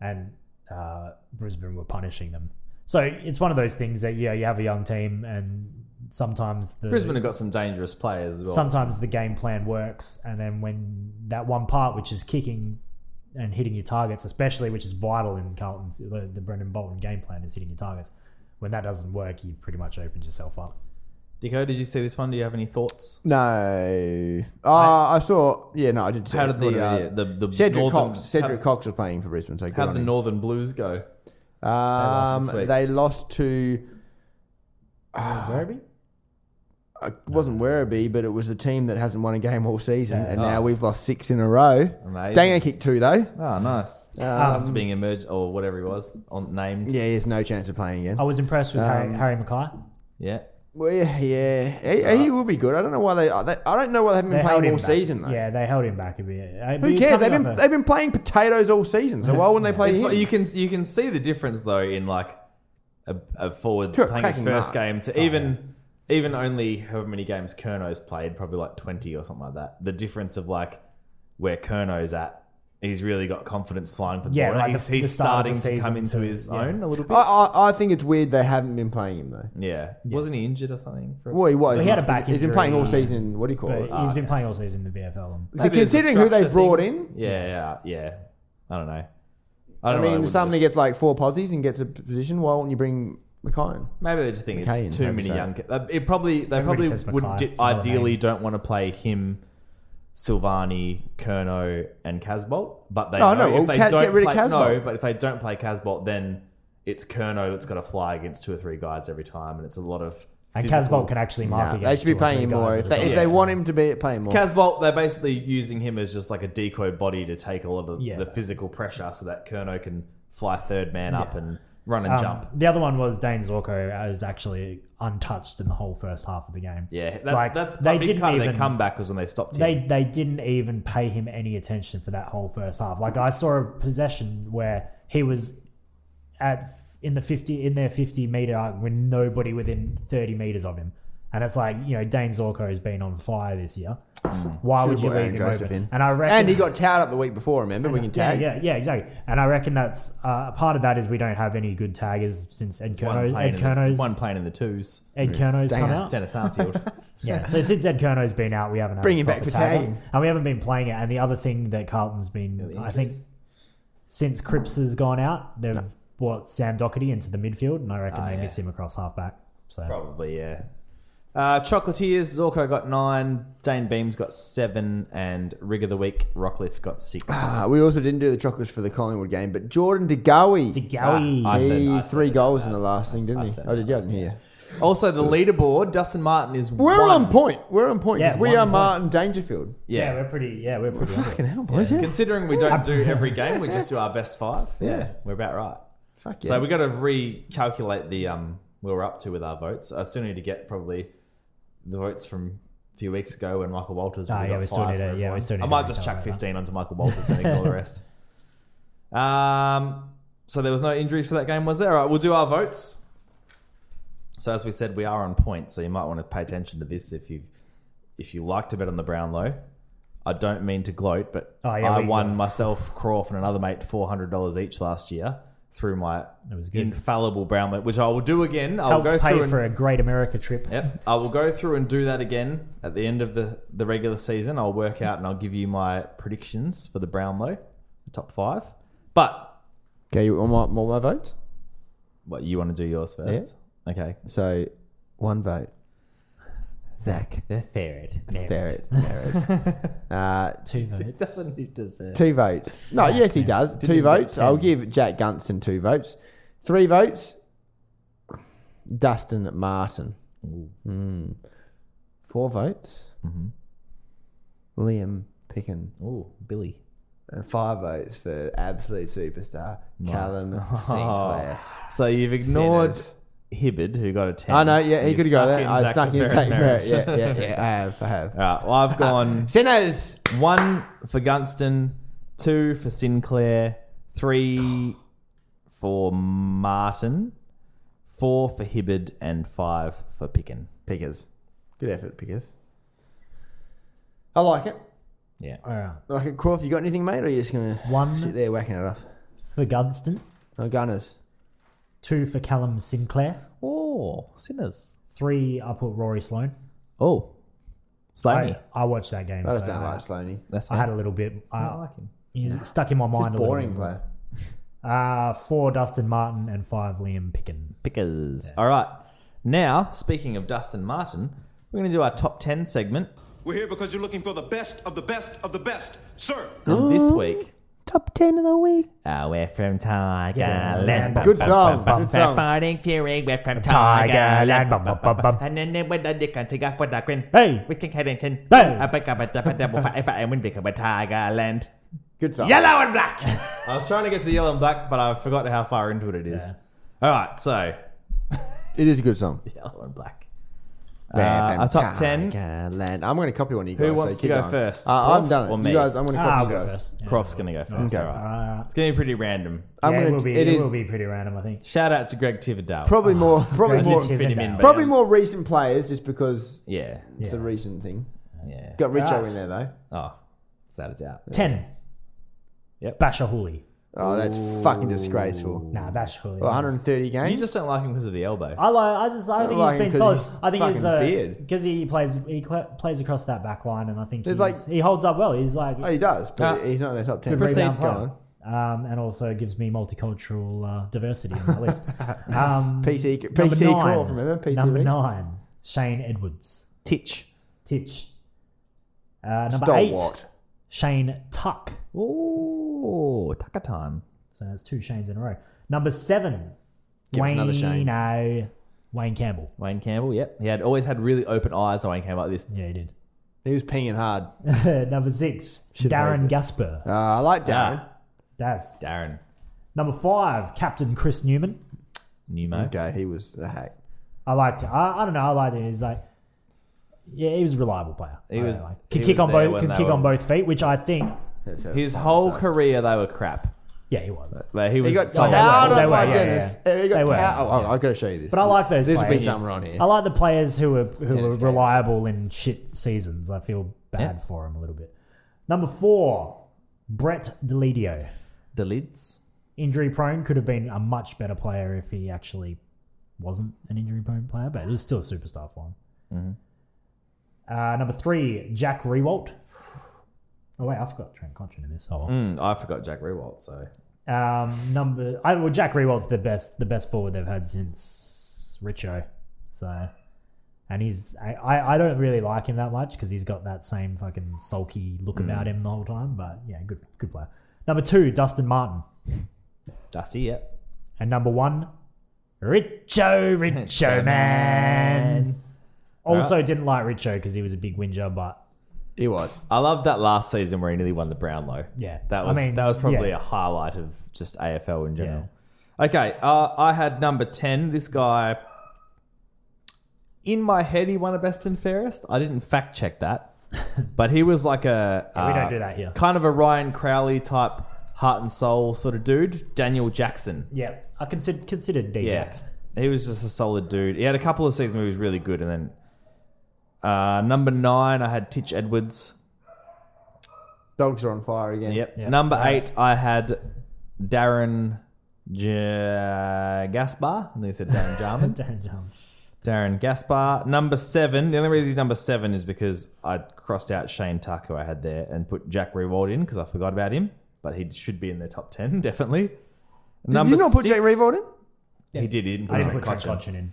Speaker 3: and uh, Brisbane were punishing them. So it's one of those things that yeah, you have a young team, and sometimes the
Speaker 1: Brisbane have got some dangerous players as well.
Speaker 3: sometimes the game plan works, and then when that one part, which is kicking and hitting your targets, especially which is vital in Carlton's the, the Brendan Bolton game plan is hitting your targets. When that doesn't work, you've pretty much opened yourself up.
Speaker 1: Dico, did you see this one? Do you have any thoughts?
Speaker 2: No, uh, I saw. Yeah, no, I did. See
Speaker 1: How
Speaker 2: it.
Speaker 1: did the,
Speaker 2: What an
Speaker 1: uh,
Speaker 2: idiot.
Speaker 1: the- the
Speaker 2: Cedric
Speaker 1: Northern-
Speaker 2: Cox? Cedric
Speaker 1: how-
Speaker 2: Cox was playing for Brisbane, so good
Speaker 1: How did
Speaker 2: on
Speaker 1: the Oh,
Speaker 2: him.
Speaker 1: Northern Blues go?
Speaker 2: Um,
Speaker 1: this week?
Speaker 2: they lost to. Uh, it wasn't Werribee, but it was the team that hasn't won a game all season, and now we've lost six in a row.
Speaker 1: Oh. Amazing.
Speaker 2: Dango kicked two though.
Speaker 1: Oh, nice.
Speaker 3: Um,
Speaker 1: After being emerged or whatever he was on named. Yeah.
Speaker 2: Yeah, he has no chance of playing
Speaker 1: Oh.
Speaker 2: again.
Speaker 3: I was impressed with
Speaker 2: Um,
Speaker 3: Harry, Harry Mackay.
Speaker 2: Well, yeah, yeah. He, he will be good. I don't know why they, uh, they. I don't know why they haven't
Speaker 3: They
Speaker 2: been
Speaker 3: held
Speaker 2: playing
Speaker 3: him
Speaker 2: all
Speaker 3: back.
Speaker 2: season though.
Speaker 3: Yeah, they held him back a bit. Uh, but he
Speaker 2: Who
Speaker 3: was
Speaker 2: cares? They've
Speaker 3: coming
Speaker 2: been
Speaker 3: off a-
Speaker 2: they've been playing potatoes all season. So why wouldn't they play
Speaker 1: It's
Speaker 2: him?
Speaker 1: like- you can you can see the difference though in like a, a forward
Speaker 2: You're a
Speaker 1: playing his
Speaker 2: cracking
Speaker 1: first
Speaker 2: nut.
Speaker 1: game to even even only however many games Kerno's played, probably like twenty or something like that. The difference of like where Kerno's at, he's really got confidence flying for the
Speaker 3: Yeah,
Speaker 1: ball.
Speaker 3: like the-
Speaker 1: he's
Speaker 3: the
Speaker 1: he's
Speaker 3: start of
Speaker 1: starting
Speaker 3: the
Speaker 1: to come into
Speaker 3: season to-
Speaker 1: his
Speaker 3: yeah.
Speaker 1: own a little
Speaker 2: I,
Speaker 1: bit.
Speaker 2: I, I think it's weird they haven't been playing him though.
Speaker 1: yeah. wasn't he injured or something? For
Speaker 2: Well, he was.
Speaker 3: Well, he had a back
Speaker 2: He's been
Speaker 3: injury,
Speaker 2: playing all
Speaker 3: yeah.
Speaker 2: season. What do you call
Speaker 3: But
Speaker 2: it?
Speaker 3: he's been playing all season in the VFL. and-
Speaker 2: So
Speaker 1: Maybe it's a
Speaker 2: considering who they
Speaker 1: structure
Speaker 2: brought
Speaker 1: thing.
Speaker 2: in,
Speaker 1: Yeah, yeah, yeah. I don't know. I
Speaker 2: I
Speaker 1: don't know.
Speaker 2: mean,
Speaker 1: wouldn't
Speaker 2: somebody
Speaker 1: just-
Speaker 2: gets like four posies and gets a position. Why wouldn't you bring McKine.
Speaker 1: Maybe they just think
Speaker 2: McCain,
Speaker 1: it's too
Speaker 2: maybe
Speaker 1: many
Speaker 2: so.
Speaker 1: young. ki- uh, It probably they
Speaker 3: Everybody says
Speaker 1: probably would
Speaker 3: Mackay,
Speaker 1: di-
Speaker 3: it's not a
Speaker 1: ideally
Speaker 3: name.
Speaker 1: don't want to play him, Silvani, Kerno, and Casbolt. But they
Speaker 2: No,
Speaker 1: know
Speaker 2: no,
Speaker 1: if
Speaker 2: well,
Speaker 1: they
Speaker 2: Cas-
Speaker 1: don't
Speaker 2: get rid of
Speaker 1: play, no,
Speaker 2: Casbolt.
Speaker 1: but if they don't play Casbolt, then it's Kerno that's got to fly against two or three guys every time, and it's a lot of.
Speaker 3: And
Speaker 1: physical-
Speaker 3: Casbolt can actually mark
Speaker 2: Nah,
Speaker 3: against
Speaker 2: they should be
Speaker 3: two or
Speaker 2: playing
Speaker 3: three
Speaker 2: him
Speaker 3: guys
Speaker 2: more.
Speaker 3: at
Speaker 2: If
Speaker 3: a
Speaker 2: they,
Speaker 3: time.
Speaker 2: if they want him to be playing more,
Speaker 1: Casbolt, they're basically using him as just like a decoy body to take all of the,
Speaker 3: Yeah.
Speaker 1: the physical pressure, so that Kerno can fly third man up
Speaker 3: Yeah.
Speaker 1: and run and
Speaker 3: Um,
Speaker 1: jump.
Speaker 3: The other one was Dane Zorko was actually untouched in the whole first half of the game.
Speaker 1: Yeah, that's
Speaker 3: Like,
Speaker 1: that's
Speaker 3: they
Speaker 1: probably
Speaker 3: didn't
Speaker 1: kind of their
Speaker 3: even-
Speaker 1: comeback was when they stopped him.
Speaker 3: They they didn't even pay him any attention for that whole first half. Like I saw a possession where he was at in the fifty in their fifty meter arc with nobody within thirty meters of him, and it's like you know Dane Zorko has been on fire this year. Why
Speaker 2: Mm. Should've
Speaker 3: would you
Speaker 2: put
Speaker 3: leave
Speaker 2: Aaron
Speaker 3: him
Speaker 2: Joseph
Speaker 3: open?
Speaker 2: in.
Speaker 3: And I reckon
Speaker 2: and he got towed up the week before. Remember when you
Speaker 3: Yeah,
Speaker 2: tagged?
Speaker 3: yeah, yeah, exactly. And I reckon that's uh, part of that is we don't have any good taggers since Ed
Speaker 1: one
Speaker 3: Kerno,
Speaker 1: plane,
Speaker 3: Ed
Speaker 1: in the,
Speaker 3: Kerno's,
Speaker 1: one plane in the twos.
Speaker 3: Ed Kerno's
Speaker 2: Dang
Speaker 3: come
Speaker 2: it.
Speaker 3: out.
Speaker 1: Dennis Armfield.
Speaker 3: Yeah. So since Ed Kerno's been out, we haven't had
Speaker 2: Bring
Speaker 3: a
Speaker 2: him back
Speaker 3: proper
Speaker 2: for
Speaker 3: tagger.
Speaker 2: tagging.
Speaker 3: and we haven't been playing it. And the other thing that Carlton's been, I think, since Cripps has gone out, they've brought Sam Doherty into the midfield, and I reckon
Speaker 1: Ah,
Speaker 3: they
Speaker 1: yeah.
Speaker 3: miss him across halfback. So
Speaker 1: Probably, yeah. Uh, Chocolatiers, Zorko got nine, Dane Beams got seven, and Rig of the Week, Rockcliffe got six.
Speaker 2: Uh, we also didn't do the chocolates for the Collingwood game, but Jordan DeGoey,
Speaker 3: to Gowie,
Speaker 1: Ah, I said-
Speaker 2: he
Speaker 1: I said
Speaker 2: three
Speaker 1: about
Speaker 2: goals
Speaker 1: that.
Speaker 2: in the last thing, didn't
Speaker 1: I
Speaker 2: he?
Speaker 1: said
Speaker 2: Oh, did
Speaker 1: about
Speaker 2: you? I didn't hear.
Speaker 1: also, the leaderboard, Dustin Martin is
Speaker 2: We're
Speaker 1: one.
Speaker 2: on point. We're on point. 'cause
Speaker 3: Yeah,
Speaker 2: we
Speaker 3: one
Speaker 2: are
Speaker 3: point.
Speaker 2: Martin Dangerfield.
Speaker 3: yeah.
Speaker 1: Yeah.
Speaker 3: we're pretty. Yeah, we're pretty. on it.
Speaker 2: Fucking hell, boys. Yeah.
Speaker 1: Considering we don't do every game, we just do our best five. Yeah,
Speaker 2: Yeah.
Speaker 1: we're about right.
Speaker 2: Fuck yeah.
Speaker 1: So we got to recalculate the um where we're up to with our votes. I still need to get probably the votes from a few weeks ago when Michael Walters.
Speaker 3: Ah,
Speaker 1: really
Speaker 3: yeah,
Speaker 1: got
Speaker 3: we still
Speaker 1: five for
Speaker 3: need to- yeah, we
Speaker 1: everyone.
Speaker 3: still need
Speaker 1: I
Speaker 3: to
Speaker 1: might just chuck
Speaker 3: recalculate that.
Speaker 1: fifteen onto Michael Walters and ignore the rest. Um, so there was no injuries for that game, was there? All right, we'll do our votes. So as we said, we are on point. So you might want to pay attention to this if you if you like to bet on the Brownlow. I don't mean to gloat, but
Speaker 3: Oh, yeah,
Speaker 1: I
Speaker 3: we-
Speaker 1: won myself, Croft, and another mate four hundred dollars each last year through my
Speaker 3: That was good.
Speaker 1: infallible Brownlow, which I will do again. I'll
Speaker 3: Helped
Speaker 1: go
Speaker 3: pay
Speaker 1: through and
Speaker 3: for a Great America trip.
Speaker 1: Yep. I will go through and do that again at the end of the, the regular season. I'll work out and I'll give you my predictions for the Brownlow, the top five. But
Speaker 2: okay, you want my, more my votes?
Speaker 1: what you want to do yours first? Okay.
Speaker 2: So one vote. Zach
Speaker 3: The ferret.
Speaker 2: Barrett. Barrett. uh, two,
Speaker 3: Two votes.
Speaker 1: Doesn't he deserve?
Speaker 2: two votes. No, yes, he does. two votes. I'll give Jack Gunston two votes. Three votes. Dustin Martin. Mm. Four votes.
Speaker 1: Mm-hmm.
Speaker 2: Liam Picken.
Speaker 1: Oh, Billy.
Speaker 2: And five votes for absolute superstar Callum Sinclair.
Speaker 1: Oh. So you've ignored
Speaker 2: Sinners.
Speaker 1: Hibbard, who got a ten.
Speaker 2: I know, yeah, he
Speaker 1: You've
Speaker 2: could go
Speaker 1: stuck
Speaker 2: there.
Speaker 1: in
Speaker 2: I
Speaker 1: Zach
Speaker 2: stuck in
Speaker 1: Barrett
Speaker 2: Zach Barrett.
Speaker 1: Barrett.
Speaker 2: Yeah, yeah, yeah. I have, I have.
Speaker 1: All right. Well, I've gone
Speaker 2: Sinners.
Speaker 1: one for Gunston, two for Sinclair, three for Martin, four for Hibbard, and five for Pickin.
Speaker 2: Pickers. Good effort, Pickers. I like it.
Speaker 1: Yeah.
Speaker 3: All right.
Speaker 2: I like it, Croft. You got anything, mate, or are you just going to
Speaker 3: One
Speaker 2: sit there whacking it off?
Speaker 3: for Gunston,
Speaker 2: No Gunners.
Speaker 3: two for Callum Sinclair,
Speaker 1: Oh, sinners.
Speaker 3: three. I put Rory Sloan.
Speaker 1: Oh, slimy.
Speaker 3: I, I watched that game.
Speaker 2: I
Speaker 3: so
Speaker 2: just don't
Speaker 3: I-
Speaker 2: like Slaney.
Speaker 1: That's
Speaker 3: I had a little bit.
Speaker 1: I
Speaker 3: I,
Speaker 1: like him.
Speaker 3: it stuck in my mind. a little
Speaker 2: Boring
Speaker 3: bit.
Speaker 2: player.
Speaker 3: Uh, four Dustin Martin and five Liam Picken.
Speaker 1: Pickers. All right. Now, speaking of Dustin Martin, we're going to do our top 10 segment.
Speaker 5: We're here because you're looking for the best of the best of the best, sir.
Speaker 1: And this week,
Speaker 2: Top 10 of the week.
Speaker 1: uh, we're from Tiger
Speaker 3: Yeah.
Speaker 1: Land.
Speaker 2: Good song, good song.
Speaker 1: Fighting fury, we're from
Speaker 3: Tiger
Speaker 1: Tiger Land.
Speaker 3: Land. Bum, bum, bum, bum.
Speaker 1: And then they went on the country, got what I win.
Speaker 3: Hey.
Speaker 1: We can head and
Speaker 3: Hey.
Speaker 1: I pick up a double double forever and win because we're Tiger Land.
Speaker 2: Good song.
Speaker 1: Yellow and black. I was trying to get to the yellow and black, but I forgot how far into it it is. All right, so
Speaker 2: It is a good song.
Speaker 1: yellow and black.
Speaker 2: We're
Speaker 1: Uh, our
Speaker 2: from
Speaker 1: top 10.
Speaker 2: Tigerland. I'm going to copy one of you guys.
Speaker 1: Who wants
Speaker 2: so
Speaker 1: to
Speaker 2: keep
Speaker 1: go
Speaker 2: going.
Speaker 1: first,
Speaker 2: Uh, I've
Speaker 1: Croft
Speaker 2: done it.
Speaker 1: or
Speaker 2: You
Speaker 1: me?
Speaker 2: guys, I'm going to
Speaker 3: Ah,
Speaker 2: copy
Speaker 3: I'll
Speaker 2: you
Speaker 3: go
Speaker 2: guys.
Speaker 3: first. Yeah.
Speaker 1: Croft's going to go first.
Speaker 2: Okay.
Speaker 1: All right.
Speaker 3: Uh,
Speaker 1: It's going to be pretty random.
Speaker 2: I'm
Speaker 3: yeah, it
Speaker 2: gonna,
Speaker 3: will be.
Speaker 2: it
Speaker 3: It,
Speaker 2: is
Speaker 3: will be pretty random, I think.
Speaker 1: Shout out to Greg Tiverdale.
Speaker 2: probably more, probably
Speaker 1: I
Speaker 3: Greg
Speaker 2: more,
Speaker 1: did
Speaker 3: Tiverdale.
Speaker 1: fit him in, but
Speaker 2: probably
Speaker 1: um,
Speaker 2: more recent players, just because
Speaker 1: Yeah,
Speaker 2: it's the
Speaker 3: Yeah.
Speaker 2: recent thing.
Speaker 1: yeah.
Speaker 2: Got Richo
Speaker 3: Right.
Speaker 2: in there though.
Speaker 1: Oh, without a doubt.
Speaker 3: Ten.
Speaker 1: Yep.
Speaker 3: Basher Hooley.
Speaker 2: Oh, that's fucking disgraceful.
Speaker 3: Nah, Basher Hooley.
Speaker 2: Well, 130 games.
Speaker 1: You just don't like him because of the elbow.
Speaker 3: I like. I just. I think
Speaker 2: like him 'cause
Speaker 3: he's been solid.
Speaker 2: he's
Speaker 3: I think he's
Speaker 2: fucking beard.
Speaker 3: because he plays. He cl- plays across that back line, and I think
Speaker 2: There's
Speaker 3: he's,
Speaker 2: like-
Speaker 3: he holds up well. He's like.
Speaker 2: oh, he does,
Speaker 1: Ah.
Speaker 2: but he's not in the top 10.
Speaker 1: Proceed.
Speaker 2: Go
Speaker 3: rebound player.
Speaker 2: on.
Speaker 3: um, and also gives me multicultural uh, diversity in my list. Um,
Speaker 2: PC c-
Speaker 3: number
Speaker 2: PC
Speaker 3: nine-
Speaker 2: Crawl, remember? PC
Speaker 3: number
Speaker 2: Reece?
Speaker 3: nine, Shane Edwards,
Speaker 1: Titch.
Speaker 3: Titch. Uh, number
Speaker 2: Stalwart.
Speaker 3: eight, Shane Tuck.
Speaker 2: Oh.
Speaker 1: Ooh, Tucker time.
Speaker 3: So that's two Shanes in a row. Number seven,
Speaker 2: Give us
Speaker 3: Wayne,
Speaker 2: another Shane.
Speaker 3: no, Wayne Campbell.
Speaker 1: Wayne Campbell, yep. He had always had really open eyes so Wayne Campbell like this.
Speaker 3: Yeah, he did.
Speaker 2: He was pinging hard.
Speaker 3: Number six,
Speaker 2: Should've
Speaker 3: Darren
Speaker 2: made
Speaker 3: Gasper.
Speaker 2: Uh, I like Darren.
Speaker 3: That's
Speaker 1: Darren
Speaker 3: number five, Captain Chris Newman.
Speaker 1: Newmo.
Speaker 2: Okay, he was a hack.
Speaker 3: I liked. I, I don't know. I liked him. He's like, yeah, he was a reliable player.
Speaker 1: He
Speaker 3: I
Speaker 1: was-
Speaker 3: like. could
Speaker 1: he
Speaker 3: kick
Speaker 1: was
Speaker 3: on
Speaker 1: there
Speaker 3: both.
Speaker 1: when
Speaker 3: Could
Speaker 1: they
Speaker 3: kick
Speaker 1: were-
Speaker 3: on both feet, which I think.
Speaker 2: That's a
Speaker 1: His
Speaker 2: fun
Speaker 1: whole
Speaker 2: side.
Speaker 1: career, they were crap.
Speaker 3: Yeah, he was.
Speaker 1: Like, he was
Speaker 2: He got
Speaker 1: so-
Speaker 3: they were,
Speaker 2: towed
Speaker 3: they
Speaker 2: on by
Speaker 3: were, yeah,
Speaker 2: Dennis.
Speaker 3: yeah.
Speaker 2: He got
Speaker 3: They were,
Speaker 2: towed- Oh, I've got to show you this.
Speaker 3: But I like those
Speaker 2: There's been
Speaker 3: players.
Speaker 2: something wrong here.
Speaker 3: I like the players who are who are
Speaker 2: Dennis Gabriel.
Speaker 3: reliable in shit seasons. I feel bad
Speaker 1: Yeah.
Speaker 3: for him a little bit. Number four, Brett Delidio.
Speaker 1: the lids.
Speaker 3: Injury prone could have been a much better player if he actually wasn't an injury prone player, but it was still a superstar for him. Uh, number three, Jack Rewalt. Oh wait, I forgot Trent Conchin in this. Oh, well.
Speaker 1: Mm, I forgot Jack Rewalt, so.
Speaker 3: Um, number I, well, Jack Rewalt's the best, the best forward they've had since Richo. So, and he's I, I, I don't really like him that much because he's got that same fucking sulky look about him the whole time. But yeah, good good player. Number two, Dustin Martin,
Speaker 1: Dusty, yep.
Speaker 3: and number one, Richo Richo man.
Speaker 1: Uh,
Speaker 3: Also didn't like Richo because he was a big whinger, but
Speaker 2: He was.
Speaker 1: I loved that last season where he nearly won the Brownlow.
Speaker 3: Yeah.
Speaker 1: That
Speaker 3: I
Speaker 1: was
Speaker 3: mean,
Speaker 1: that was probably
Speaker 3: yeah.
Speaker 1: a highlight of just AFL in general. Okay, uh, I had number 10. This guy, in my head, he won a best and fairest. I didn't fact check that, but he was like a.
Speaker 3: we don't
Speaker 1: uh,
Speaker 3: do that here.
Speaker 1: Kind of a Ryan Crowley type heart and soul sort of dude, Daniel Jackson.
Speaker 3: yeah, I consider considered D
Speaker 1: Yeah.
Speaker 3: Jackson.
Speaker 1: He was just a solid dude. He had a couple of seasons where he was really good, and then. Uh, number nine, I had Titch Edwards.
Speaker 2: Dogs are on fire again.
Speaker 1: Yep.
Speaker 3: Yeah.
Speaker 1: Number eight, I had Darren Ja Gaspar. And they said Darren Jarman.
Speaker 3: Darren Jarman.
Speaker 1: Darren Gaspar. Number seven. The only reason he's number seven is because I crossed out Shane Tuck, who I had there, and put Jack Rewald in because I forgot about him. But he should be in the top ten, definitely.
Speaker 2: Did you not put Jake Revolt in?
Speaker 1: He did. He didn't put,
Speaker 3: I didn't put
Speaker 1: Trent
Speaker 3: Trent
Speaker 1: Cotchin.
Speaker 3: Cotchin in.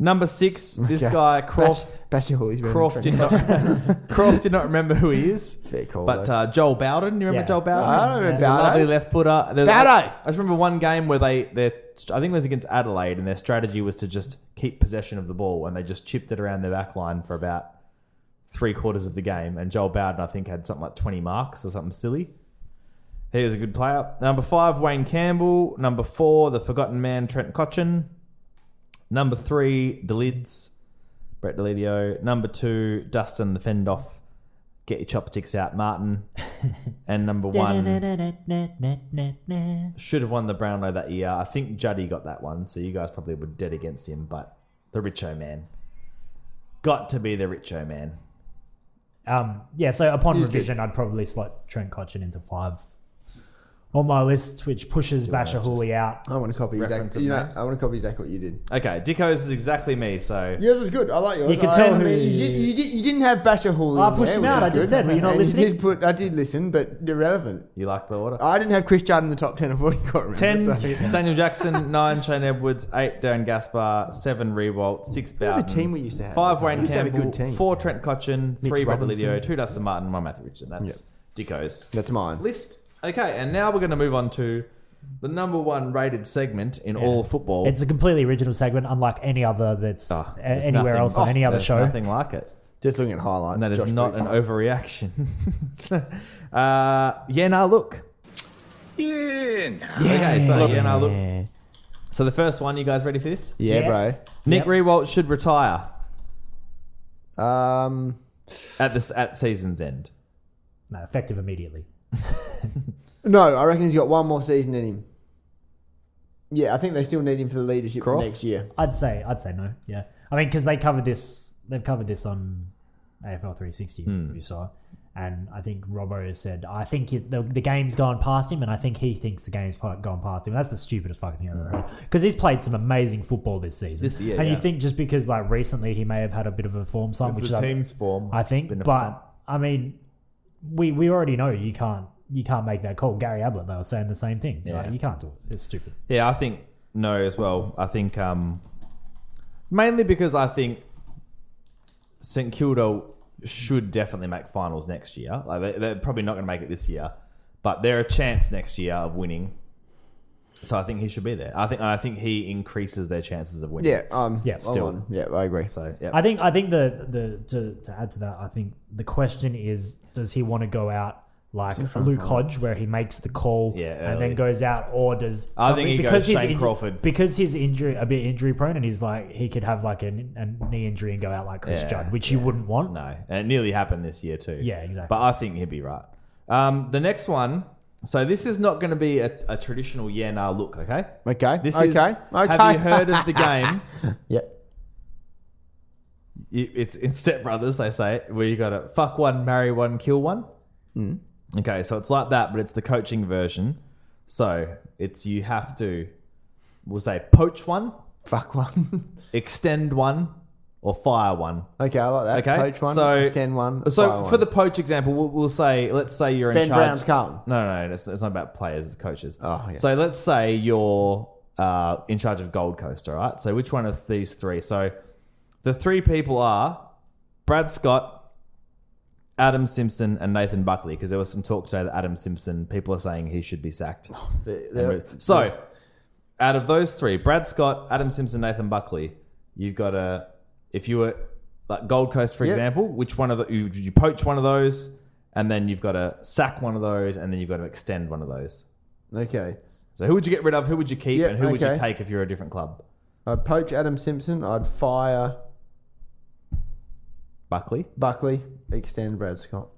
Speaker 1: Number six, this
Speaker 2: Okay.
Speaker 1: guy,
Speaker 2: Bash,
Speaker 1: Croft.
Speaker 2: Bash your Hoolies, remember
Speaker 1: Croft did,
Speaker 2: Trent
Speaker 1: not, Croft did not remember who he is.
Speaker 2: Fair call,
Speaker 1: But
Speaker 2: though.
Speaker 1: uh, Joel Bowden, you remember
Speaker 3: Yeah.
Speaker 1: Joel Bowden?
Speaker 2: I don't remember
Speaker 3: Yeah.
Speaker 1: a lovely
Speaker 2: Bardo.
Speaker 1: left footer. There was-
Speaker 2: Dado!
Speaker 1: I just remember one game where they, they, I think it was against Adelaide, and their strategy was to just keep possession of the ball, and they just chipped it around their back line for about three quarters of the game. And Joel Bowden, I think, had something like 20 marks or something silly. He was a good player. Number five, Wayne Campbell. Number four, the forgotten man, Trent Cotchin. Number three, Delids, Brett Delidio. Number two, Dustin the Fendoff. Get your chopsticks out, Martin. and number one, should have won the Brownlow that year. I think Juddy got that one, so you guys probably were dead against him, but the Richo man. Got to be the Richo man.
Speaker 3: Um, yeah, so upon
Speaker 2: He's good.
Speaker 3: revision, I'd probably slot Trent Cotchin into five on my list, which pushes Basher Hooley out.
Speaker 2: I want to copy
Speaker 1: Reference
Speaker 2: exactly.
Speaker 1: of
Speaker 2: You know,
Speaker 1: names.
Speaker 2: I want to copy exactly what you did.
Speaker 1: Okay, Dicko's is exactly me, so
Speaker 2: Yours was good. I like yours.
Speaker 3: You could
Speaker 2: I-
Speaker 3: tell
Speaker 2: I
Speaker 3: who-
Speaker 2: mean, you, did, you, did, you didn't have Basher Hooley.
Speaker 3: I
Speaker 2: in
Speaker 3: pushed
Speaker 2: there,
Speaker 3: him
Speaker 2: which
Speaker 3: out,
Speaker 2: is
Speaker 3: I just
Speaker 2: good.
Speaker 3: said, were you not
Speaker 2: And
Speaker 3: listening?
Speaker 2: You did put, I did listen, but irrelevant.
Speaker 1: you like the order.
Speaker 2: I didn't have Chris Judd in the top ten of what you got. Remember,
Speaker 1: Ten,
Speaker 2: so-
Speaker 1: Daniel Jackson. Nine, Shane Edwards. Eight, Darren Gaspar. Seven, Rewalt. Six,
Speaker 2: Remember
Speaker 1: Bowden.
Speaker 2: the team we used to have.
Speaker 1: Five,
Speaker 2: We
Speaker 1: Wayne
Speaker 2: used to have a
Speaker 1: Campbell.
Speaker 2: good team.
Speaker 1: Four, Trent Cotchin.
Speaker 2: Mitch
Speaker 1: Three, Brett
Speaker 2: Robinson.
Speaker 1: Lidio. Two, Dustin Martin. One, Matthew Richardson. That's Dicko's
Speaker 2: That's mine.
Speaker 1: list. Okay, and now we're going to move on to the number one rated segment in all football.
Speaker 3: It's a completely original segment, unlike any other that's
Speaker 1: Oh,
Speaker 3: a-
Speaker 1: there's
Speaker 3: Uh, anywhere
Speaker 1: nothing-
Speaker 3: else on
Speaker 1: oh,
Speaker 3: any other
Speaker 1: there's
Speaker 3: show.
Speaker 1: Nothing like it.
Speaker 2: Just looking at highlights.
Speaker 1: And that is
Speaker 2: Josh
Speaker 1: not
Speaker 2: Briggs.
Speaker 1: an overreaction. uh, yeah, now look. Yeah. Okay, so yeah, now look.
Speaker 2: Yeah.
Speaker 1: So the first one, you guys ready for this?
Speaker 2: Yeah,
Speaker 3: Yeah.
Speaker 1: Nick
Speaker 3: Yep.
Speaker 1: Rewalt should retire
Speaker 2: bro. Um,
Speaker 1: at this at season's end.
Speaker 3: No, effective immediately.
Speaker 2: no, I reckon he's got one more season in him. Yeah, I think they still need him for the leadership for
Speaker 1: Croft?
Speaker 2: next year.
Speaker 3: I'd say, I'd say no. Yeah, I mean, because they covered this, they've covered this on AFL 360.
Speaker 1: Hmm.
Speaker 3: You saw, and I think Robbo said, I think it, the, the game's gone past him, and I think he thinks the game's pa- gone past him. That's the stupidest fucking thing I've ever heard. Because he's played some amazing football this season.
Speaker 1: Hmm. This year,
Speaker 3: and you
Speaker 1: yeah.
Speaker 3: think just because like recently he may have had a bit of a form slump, which is I-
Speaker 1: form,
Speaker 3: I think, but I mean, we we already know you can't. you can't make that call. Gary Ablett, they were saying the same thing. Like, you can't do it. It's stupid.
Speaker 1: Yeah, I think no as well. I think um, mainly because I think St Kilda should definitely make finals next year. Like they, they're probably not going to make it this year, but they're a chance next year of winning. So I think he should be there. I think I think he increases their chances of winning.
Speaker 2: Yeah, um,
Speaker 3: Yeah,
Speaker 2: I'm
Speaker 3: still.
Speaker 2: on. Yeah, I agree.
Speaker 1: So yeah,
Speaker 3: I think I think the the to, to add to that, I think the question is, does he want to go out like Luke Hodge, where he makes the call
Speaker 1: Yeah,
Speaker 3: and
Speaker 1: early.
Speaker 3: then goes out, or does
Speaker 1: I think
Speaker 3: something-
Speaker 1: he goes
Speaker 3: he's
Speaker 1: Shane Crawford.
Speaker 3: because he's injury a bit injury prone, and he's like he could have like a, a knee injury and go out like Chris
Speaker 1: Yeah,
Speaker 3: Judd, which you wouldn't want.
Speaker 1: No, and it nearly happened this year too.
Speaker 3: Yeah, exactly.
Speaker 1: But I think he'd be right. Um, the next one. So this is not going to be a, a traditional yeah nah look. Okay.
Speaker 2: Okay,
Speaker 1: This
Speaker 2: okay,
Speaker 1: is.
Speaker 2: okay.
Speaker 1: Have you heard of the game?
Speaker 2: yeah,
Speaker 1: You- it's in Step Brothers. They say it, where you got to fuck one, marry one, kill one.
Speaker 2: Hmm.
Speaker 1: Okay, so it's like that, but it's the coaching version. So it's you have to, we'll say poach one,
Speaker 2: fuck one.
Speaker 1: extend one, or fire one.
Speaker 2: okay, I like that.
Speaker 1: Okay,
Speaker 2: Coach one,
Speaker 1: so
Speaker 2: extend one.
Speaker 1: So
Speaker 2: fire
Speaker 1: for
Speaker 2: one.
Speaker 1: the poach example, we'll, we'll say, let's say you're in
Speaker 2: Ben
Speaker 1: charge.
Speaker 2: Brown's Carlton.
Speaker 1: No, no, no. It's, it's not about players, it's coaches.
Speaker 2: Oh, yeah.
Speaker 1: So let's say you're uh, in charge of Gold Coast, all right? So which one of these three? So the three people are Brad Scott, Adam Simpson, and Nathan Buckley, because there was some talk today that Adam Simpson, people are saying he should be sacked.
Speaker 2: Oh, The- the-
Speaker 1: And we- so out of those three, Brad Scott, Adam Simpson, Nathan Buckley, you've got a. If you were like Gold Coast, for
Speaker 2: Yeah.
Speaker 1: example, which one of the you, you poach one of those, and then you've got to sack one of those, and then you've got to extend one of those.
Speaker 2: okay,
Speaker 1: So who would you get rid of? Who would you keep?
Speaker 2: Yeah,
Speaker 1: and who would you
Speaker 2: okay.
Speaker 1: take if you're a different club?
Speaker 2: I'd Uh, poach Adam Simpson. I'd fire
Speaker 1: Buckley,
Speaker 2: Buckley. Extend Brad Scott.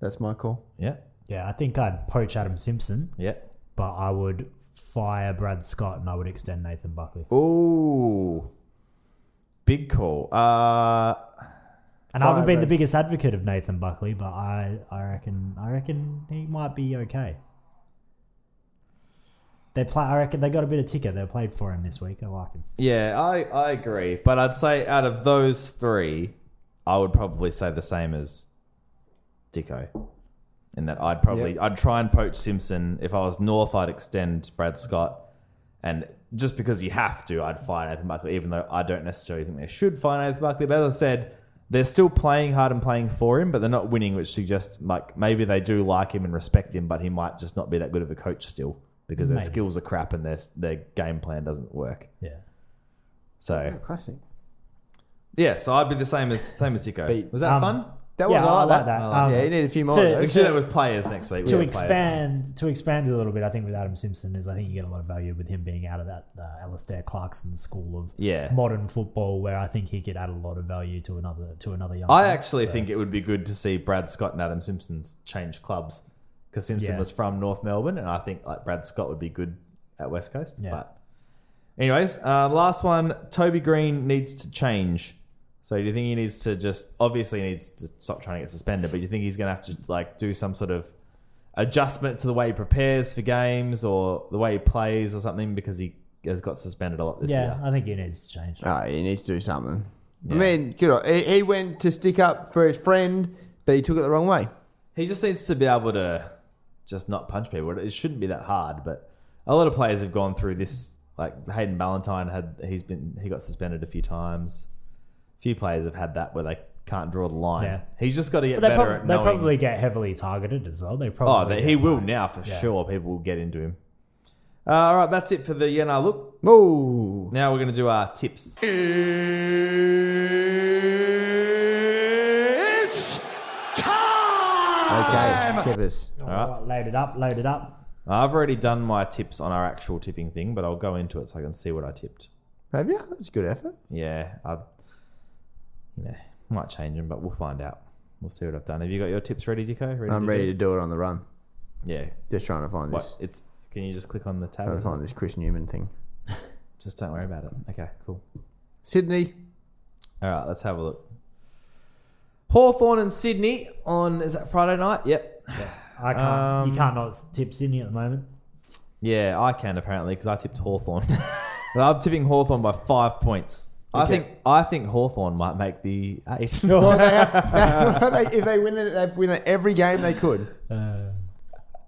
Speaker 2: That's my call.
Speaker 1: yeah,
Speaker 3: Yeah, I think I'd poach Adam Simpson,
Speaker 1: yeah.
Speaker 3: but I would fire Brad Scott and I would extend Nathan Buckley.
Speaker 1: Ooh, big call. Uh,
Speaker 3: And I haven't
Speaker 2: Fire
Speaker 3: been the
Speaker 2: Brad.
Speaker 3: biggest advocate of Nathan Buckley, but I, I reckon I reckon he might be okay. They play. I reckon they got a bit of ticker. They played for him this week. I like him.
Speaker 1: yeah, I I agree, but I'd say out of those three, I would probably say the same as Dicko. In that I'd probably I'd try and poach Simpson. If I was North, I'd extend Brad Scott, and just because you have to, I'd fire Nathan Buckley. Even though I don't necessarily think they should fire Nathan Buckley, but as I said, they're still playing hard and playing for him, but they're not winning, which suggests like maybe they do like him and respect him, but he might just not be that good of a coach still because their
Speaker 3: Maybe.
Speaker 1: skills are crap and their their game plan doesn't work.
Speaker 3: Yeah.
Speaker 1: So
Speaker 2: Classic.
Speaker 1: yeah, so I'd be the same as same as Tico.
Speaker 2: Beat.
Speaker 1: Was that
Speaker 3: Um,
Speaker 1: fun?
Speaker 2: That
Speaker 3: Yeah,
Speaker 2: was I like that.
Speaker 3: Um,
Speaker 2: yeah, you need a few more.
Speaker 3: to-
Speaker 1: We
Speaker 2: of
Speaker 1: should
Speaker 2: those.
Speaker 1: do that with players next week. We
Speaker 3: To
Speaker 1: have players.
Speaker 3: expand, to expand a little bit, I think with Adam Simpson is I think you get a lot of value with him being out of that uh, Alistair Clarkson school of
Speaker 1: Yeah.
Speaker 3: modern football, where I think he could add a lot of value to another to another young.
Speaker 1: I
Speaker 3: player.
Speaker 1: actually
Speaker 3: So-
Speaker 1: think it would be good to see Brad Scott and Adam Simpson change clubs because Simpson
Speaker 3: Yeah.
Speaker 1: was from North Melbourne, and I think like Brad Scott would be good at West Coast.
Speaker 3: Yeah.
Speaker 1: But anyways, uh, last one. Toby Green needs to change. So do you think he needs to just obviously he needs to stop trying to get suspended, but do you think he's going to have to like do some sort of adjustment to the way he prepares for games or the way he plays or something because he has got suspended a lot this
Speaker 3: yeah,
Speaker 1: year. Uh,
Speaker 3: I think he needs to change.
Speaker 2: Ah, he needs to do something. I mean, good. on- He, he went to stick up for his friend, but he took it the wrong way.
Speaker 1: He just needs to be able to just not punch people. It shouldn't be that hard, but a lot of players have gone through this. Like Hayden Ballantyne had, he's been he got suspended a few times. A few players have had that where they can't draw the line.
Speaker 3: Yeah.
Speaker 1: He's just got to get
Speaker 3: But they,
Speaker 1: better
Speaker 3: prob-
Speaker 1: at
Speaker 3: they
Speaker 1: knowing.
Speaker 3: probably get heavily targeted as well. They
Speaker 1: oh,
Speaker 3: probably
Speaker 1: that
Speaker 3: get,
Speaker 1: he will
Speaker 3: like-
Speaker 1: now for
Speaker 3: Yeah.
Speaker 1: sure. People will get into him. Uh, all right, that's it for the Yenar look.
Speaker 2: Whoa.
Speaker 1: Now we're going to do our tips.
Speaker 5: It's time!
Speaker 2: Okay, give us.
Speaker 3: All
Speaker 1: right.
Speaker 3: right, load it up, load it up.
Speaker 1: I've already done my tips on our actual tipping thing, but I'll go into it so I can see what I tipped.
Speaker 2: Have you? That's a good effort.
Speaker 1: Yeah, I, you know, might change them, but we'll find out. We'll see what I've done. Have you got your tips ready, Dico? Ready
Speaker 2: I'm
Speaker 1: to
Speaker 2: ready
Speaker 1: do
Speaker 2: to
Speaker 1: it?
Speaker 2: do it on the run.
Speaker 1: Yeah.
Speaker 2: Just trying to find this.
Speaker 1: What? It's. Can you just click on the
Speaker 2: Trying
Speaker 1: tab?
Speaker 2: to find this Chris Newman thing.
Speaker 1: Just don't worry about it. Okay, cool.
Speaker 2: Sydney.
Speaker 1: All right, let's have a look. Hawthorn and Sydney on is that Friday night? Yep.
Speaker 3: I can't.
Speaker 1: Um,
Speaker 3: you can't not tip Sydney at the moment.
Speaker 1: Yeah, I can apparently because I tipped Hawthorn. But I'm tipping Hawthorn by five points. I
Speaker 2: Okay.
Speaker 1: think I think Hawthorn might make the eight. uh,
Speaker 2: Well, they have, they, if they win, it, they win it every game they could.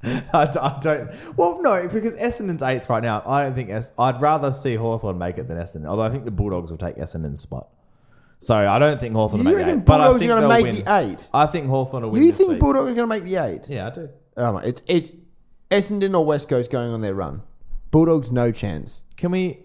Speaker 1: I, d- I don't. Well, no, because Essendon's eighth right now. I don't think. Es- I'd rather see Hawthorn make it than Essendon. Although I think the Bulldogs will take Essendon's spot. So I don't think Hawthorn will
Speaker 2: You
Speaker 1: make the
Speaker 2: reckon
Speaker 1: eight. But I
Speaker 2: Bulldogs
Speaker 1: think
Speaker 2: are
Speaker 1: they'll
Speaker 2: gonna
Speaker 1: win.
Speaker 2: make the eight?
Speaker 1: I think Hawthorn will win.
Speaker 2: you
Speaker 1: this
Speaker 2: think
Speaker 1: week.
Speaker 2: Bulldogs are going to make the eight?
Speaker 1: Yeah, I do.
Speaker 2: Oh my, it's it's Essendon or West Coast going on their run. Bulldogs no chance.
Speaker 1: Can we?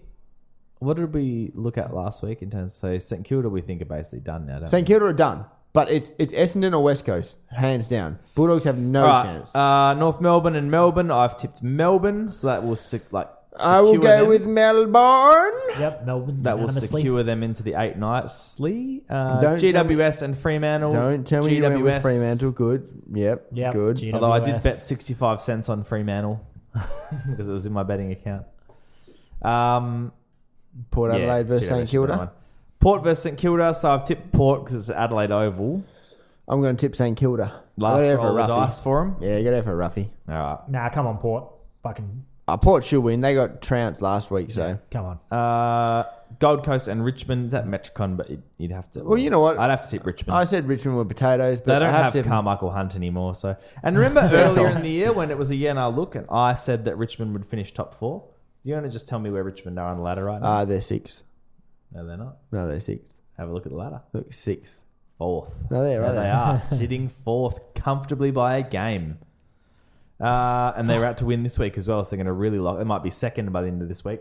Speaker 1: What did we look at last week in terms? So St Kilda, we think are basically done now. Don't
Speaker 2: St
Speaker 1: we?
Speaker 2: Kilda are done, but it's it's Essendon or West Coast, hands down. Bulldogs have no
Speaker 1: All right,
Speaker 2: chance.
Speaker 1: Uh, North Melbourne and Melbourne. I've tipped Melbourne, so that will sec- like.
Speaker 2: I will
Speaker 1: secure
Speaker 2: go
Speaker 1: them.
Speaker 2: with Melbourne.
Speaker 3: Yep, Melbourne.
Speaker 1: That will
Speaker 3: unanimously.
Speaker 1: secure them into the eight nicely. Uh,
Speaker 2: Don't tell me-
Speaker 1: GWS and Fremantle.
Speaker 2: Don't tell me you went with
Speaker 1: GWS.
Speaker 2: Fremantle. Good. Yep.
Speaker 3: Yep,
Speaker 2: Good.
Speaker 3: GWS.
Speaker 1: Although I did bet 65 cents on Fremantle because it was in my betting account. Um,
Speaker 2: Port
Speaker 1: yeah,
Speaker 2: Adelaide versus
Speaker 1: GWS
Speaker 2: St
Speaker 1: should be the one.
Speaker 2: Kilda.
Speaker 1: Port versus St Kilda. So I've tipped Port because it's at Adelaide Oval.
Speaker 2: I'm going to tip St Kilda.
Speaker 1: Last
Speaker 2: Gotta go
Speaker 1: roll
Speaker 2: for
Speaker 1: of
Speaker 2: a roughie.
Speaker 1: dice for him.
Speaker 2: Yeah, you got to for a roughie.
Speaker 1: All
Speaker 3: Nah, come on, Port. Fucking
Speaker 2: Uh, Port should win. They got trounced last week, so.
Speaker 3: come on.
Speaker 1: right. Uh, Gold Coast and Richmond. It's at Metricon, but you'd- you'd have to.
Speaker 2: Well, you know what?
Speaker 1: I'd have to tip Richmond.
Speaker 2: I said Richmond were potatoes, but
Speaker 1: They don't
Speaker 2: I
Speaker 1: have,
Speaker 2: have, to.
Speaker 1: Carmichael Hunt anymore. So, and remember earlier in the year when it was a year and I look, and I said that Richmond would finish top four. Do you want to just tell me where Richmond are on the ladder right now?
Speaker 2: Ah, they're six.
Speaker 1: no, they're not.
Speaker 2: No, they're six.
Speaker 1: Have a look at the ladder.
Speaker 2: Look, six.
Speaker 1: Fourth.
Speaker 2: No, they're right
Speaker 1: There they
Speaker 2: there.
Speaker 1: are sitting fourth comfortably by a game. Uh, and they're out to win this week as well, so they're going to really lock. They might be second by the end of this week.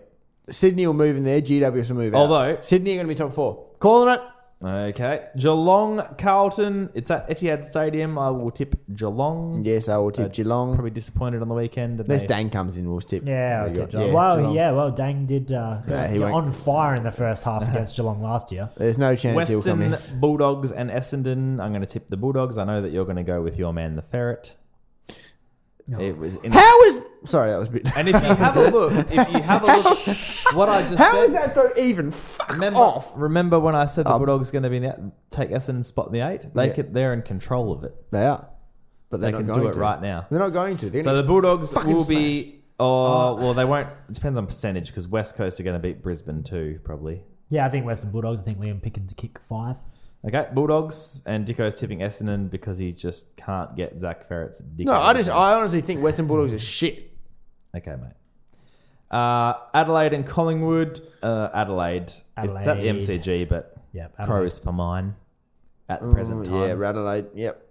Speaker 2: Sydney will move in there. GWS will move out.
Speaker 1: Although-
Speaker 2: Sydney are going to be top four. Calling it.
Speaker 1: Okay, Geelong, Carlton. It's at Etihad Stadium. I will tip Geelong.
Speaker 2: Yes, I will tip Geelong.
Speaker 1: Uh, Probably disappointed on the weekend. and
Speaker 2: Unless
Speaker 1: they-
Speaker 2: Dane comes in, we'll tip.
Speaker 3: Yeah,
Speaker 2: Who we
Speaker 3: okay,
Speaker 2: got?
Speaker 3: Geelong. well,
Speaker 2: Geelong.
Speaker 3: yeah, well, Dang did uh,
Speaker 2: Yeah, he
Speaker 3: get
Speaker 2: won't-
Speaker 3: on fire in the first half against Geelong last year.
Speaker 2: There's no chance he'll come in.
Speaker 1: Western Bulldogs and Essendon. I'm going to tip the Bulldogs. I know that you're going to go with your man, the Ferret. It was in-
Speaker 2: How is. Sorry, that was a bit.
Speaker 1: and if you have a look, if you have a look, what I just
Speaker 2: How
Speaker 1: said.
Speaker 2: is that so even? Fuck
Speaker 1: Remember,
Speaker 2: off.
Speaker 1: remember when I said the
Speaker 2: Oh.
Speaker 1: Bulldogs going to be in the, take Essendon's spot in the eight? They
Speaker 2: Yeah.
Speaker 1: could, they're in control of it.
Speaker 2: They are. But
Speaker 1: They
Speaker 2: they're not
Speaker 1: can
Speaker 2: going
Speaker 1: do it
Speaker 2: to.
Speaker 1: right now.
Speaker 2: They're not going to. They're
Speaker 1: So
Speaker 2: gonna-
Speaker 1: the Bulldogs
Speaker 2: Fucking Uh,
Speaker 1: will be. Oh, well, they won't. It depends on percentage because West Coast are going to beat Brisbane too, probably.
Speaker 3: Yeah, I think Western Bulldogs. I think Liam Pickens to kick five.
Speaker 1: Okay, Bulldogs and Dicko's tipping Essendon because he just can't get Zach Ferret's dick.
Speaker 2: No,
Speaker 1: out of
Speaker 2: I
Speaker 1: his
Speaker 2: just. I honestly think Western Bulldogs are shit.
Speaker 1: Okay, mate. Uh, Adelaide and Collingwood. Uh, Adelaide. It's at the
Speaker 3: Adelaide.
Speaker 1: MCG, but
Speaker 3: Yep, Adelaide.
Speaker 1: Crows for mine at the present
Speaker 2: Mm, Yeah,
Speaker 1: time.
Speaker 2: Radelaide. Yep.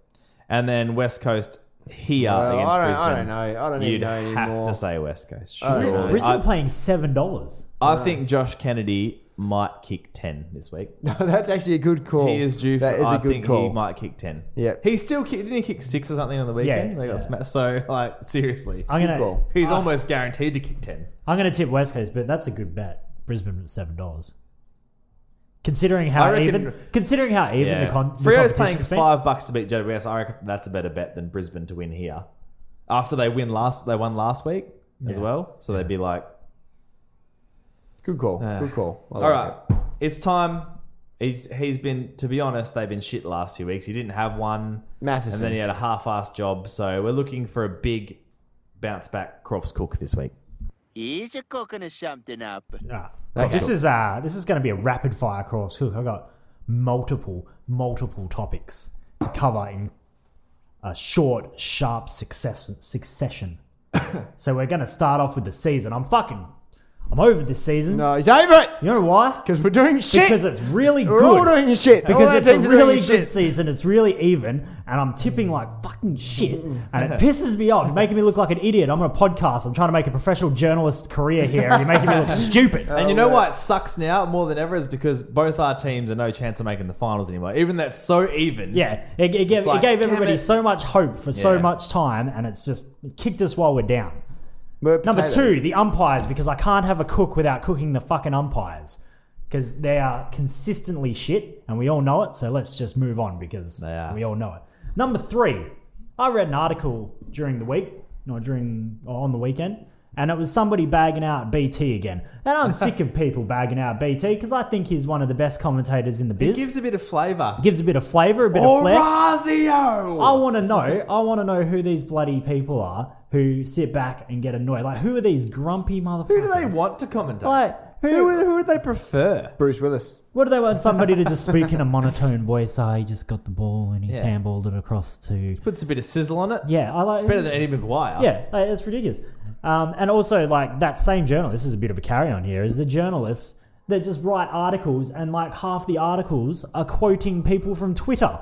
Speaker 1: And then West Coast here
Speaker 2: Well,
Speaker 1: against
Speaker 2: Uh, I, don't,
Speaker 1: Brisbane.
Speaker 2: I don't know. I don't
Speaker 1: You'd
Speaker 2: even know
Speaker 1: have
Speaker 2: anymore.
Speaker 1: to say West Coast.
Speaker 2: I don't
Speaker 1: surely.
Speaker 2: know.
Speaker 3: Brisbane
Speaker 1: I,
Speaker 3: playing seven dollars.
Speaker 1: I think Josh Kennedy might kick ten this week.
Speaker 2: That's actually a good call.
Speaker 1: He is due.
Speaker 2: That
Speaker 1: for,
Speaker 2: is
Speaker 1: I
Speaker 2: a good
Speaker 1: think
Speaker 2: call.
Speaker 1: he might kick ten.
Speaker 2: Yeah.
Speaker 1: he still kick, didn't he kick six or something on the weekend.
Speaker 3: Yeah,
Speaker 1: they got
Speaker 3: yeah.
Speaker 1: smashed. So like seriously,
Speaker 3: I'm gonna
Speaker 2: call.
Speaker 1: he's almost guaranteed to kick ten.
Speaker 3: I'm gonna tip West Coast, but that's a good bet. Brisbane at seven dollars. Considering how
Speaker 1: I reckon-
Speaker 3: even, considering how even
Speaker 1: Yeah.
Speaker 3: the con, the
Speaker 1: Frio's playing
Speaker 3: competition's been.
Speaker 1: five bucks to beat JWS. I reckon that's a better bet than Brisbane to win here. After they win last, they won last week as
Speaker 3: Yeah.
Speaker 1: well. So they'd be like,
Speaker 2: Good call. good call. I
Speaker 1: all
Speaker 2: like
Speaker 1: right,
Speaker 2: it.
Speaker 1: it's time. He's he's been to be honest, they've been shit the last few weeks. He didn't have one,
Speaker 2: Matheson.
Speaker 1: and then he had a half-assed job. So we're looking for a big bounce back. Crofts Cook this week.
Speaker 6: He's a cooking of something up.
Speaker 3: Ah,
Speaker 2: That's
Speaker 3: this
Speaker 2: cool.
Speaker 3: is uh this is going to be a rapid fire cross hook. I got multiple multiple topics to cover in a short, sharp success succession. so we're going to start off with the season. I'm fucking I'm over this season.
Speaker 2: No, he's over it
Speaker 3: You know why?
Speaker 2: because we're doing shit.
Speaker 3: Because it's really
Speaker 2: We're
Speaker 3: good.
Speaker 2: all doing shit. All
Speaker 3: Because
Speaker 2: our
Speaker 3: it's
Speaker 2: teams
Speaker 3: a
Speaker 2: are doing
Speaker 3: really good
Speaker 2: shit.
Speaker 3: season. It's really even, and I'm tipping like fucking shit, and it pisses me off. You're making me look like an idiot. I'm on a podcast. I'm trying to make a professional journalist career here, and you're making me look stupid.
Speaker 2: Uh,
Speaker 1: And you know why it sucks now more than ever is because both our teams are no chance of making the finals anymore. Even that's so even.
Speaker 3: Yeah, it, it gave,
Speaker 1: It's like,
Speaker 3: it gave
Speaker 1: damn
Speaker 3: everybody
Speaker 1: it.
Speaker 3: so much hope for so
Speaker 1: Yeah.
Speaker 3: much time, and it's just kicked us while we're down.
Speaker 2: We're
Speaker 3: Number
Speaker 2: potatoes.
Speaker 3: two, the umpires, because I can't have a cook without cooking the fucking umpires, because they are consistently shit, and we all know it. So let's just move on because
Speaker 1: They are.
Speaker 3: we all know it. Number three, I read an article during the week or during or on the weekend. And it was somebody bagging out BT again. And I'm sick of people bagging out BT because I think he's one of the best commentators in the biz.
Speaker 1: It gives a bit of flavour.
Speaker 3: Gives a bit of flavour, a bit of flair.
Speaker 1: Orazio!
Speaker 3: I want to know. I want to know who these bloody people are who sit back and get annoyed. Like, who are these grumpy motherfuckers?
Speaker 1: Who do they want to commentate?
Speaker 3: Like,
Speaker 1: Who, would- who would they prefer?
Speaker 2: Bruce Willis.
Speaker 3: What do they want somebody to just speak in a monotone voice? Ah, he just got the ball and he's
Speaker 1: Yeah.
Speaker 3: handballed it across to.
Speaker 1: Puts a bit of sizzle on it.
Speaker 3: Yeah, I like.
Speaker 1: It's better than Eddie McGuire.
Speaker 3: Yeah, like, it's ridiculous. Um, and also, like that same journal. This is a bit of a carry on here. Is the journalists that just write articles and like half the articles are quoting people from Twitter.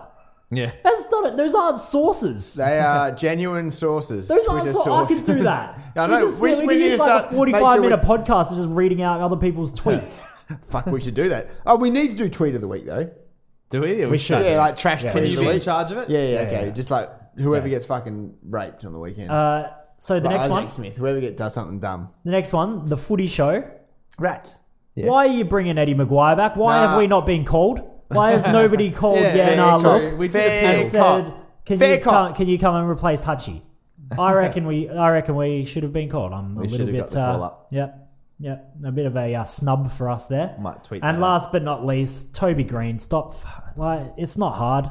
Speaker 1: Yeah.
Speaker 3: That's not it. Those aren't sources.
Speaker 2: They are genuine sources.
Speaker 3: Those
Speaker 2: Twitter
Speaker 3: aren't sources. I could do that.
Speaker 2: Yeah, I know.
Speaker 3: We, just,
Speaker 2: We
Speaker 3: we,
Speaker 2: just- we
Speaker 3: could
Speaker 2: need
Speaker 3: use
Speaker 2: to
Speaker 3: like
Speaker 2: start-
Speaker 3: a
Speaker 2: make sure
Speaker 3: forty-five minute
Speaker 2: we-
Speaker 3: podcast of just reading out other people's tweets.
Speaker 2: Fuck, we should do that. Oh, we need to do tweet of the week though.
Speaker 1: Do we? Are
Speaker 3: We
Speaker 1: sure?
Speaker 3: should.
Speaker 2: Yeah, like trash
Speaker 3: Yeah.
Speaker 2: tweet
Speaker 1: Can
Speaker 2: of
Speaker 1: you
Speaker 2: the
Speaker 1: be in
Speaker 2: week.
Speaker 1: charge of it?
Speaker 2: Yeah, yeah,
Speaker 3: Yeah,
Speaker 2: okay.
Speaker 3: yeah.
Speaker 2: Just like whoever gets fucking raped on the weekend.
Speaker 3: uh, so the
Speaker 2: Like
Speaker 3: next
Speaker 2: Isaac
Speaker 3: one,
Speaker 2: Smith. Whoever get does something dumb.
Speaker 3: the next one, the Footy Show.
Speaker 2: Rats. Yeah.
Speaker 3: Why are you bringing Eddie Maguire back? Why
Speaker 2: Nah.
Speaker 3: have we not been called? Why has nobody called?
Speaker 1: Yeah,
Speaker 3: yeah,
Speaker 1: fair
Speaker 3: nah,
Speaker 1: call.
Speaker 3: look.
Speaker 1: We did
Speaker 2: Fair
Speaker 1: appeal.
Speaker 3: and said, "Can
Speaker 2: Fair
Speaker 3: you
Speaker 2: cop.
Speaker 3: come, can you come and replace Hutchie?" I reckon we I reckon we should have been called. I'm a
Speaker 1: We
Speaker 3: little
Speaker 1: should have got
Speaker 3: bit
Speaker 1: the call
Speaker 3: uh,
Speaker 1: up.
Speaker 3: yep yep a bit of a uh, snub for us there.
Speaker 1: Might tweet
Speaker 3: And
Speaker 1: that
Speaker 3: last but not least, Toby Green. Stop like it's not hard.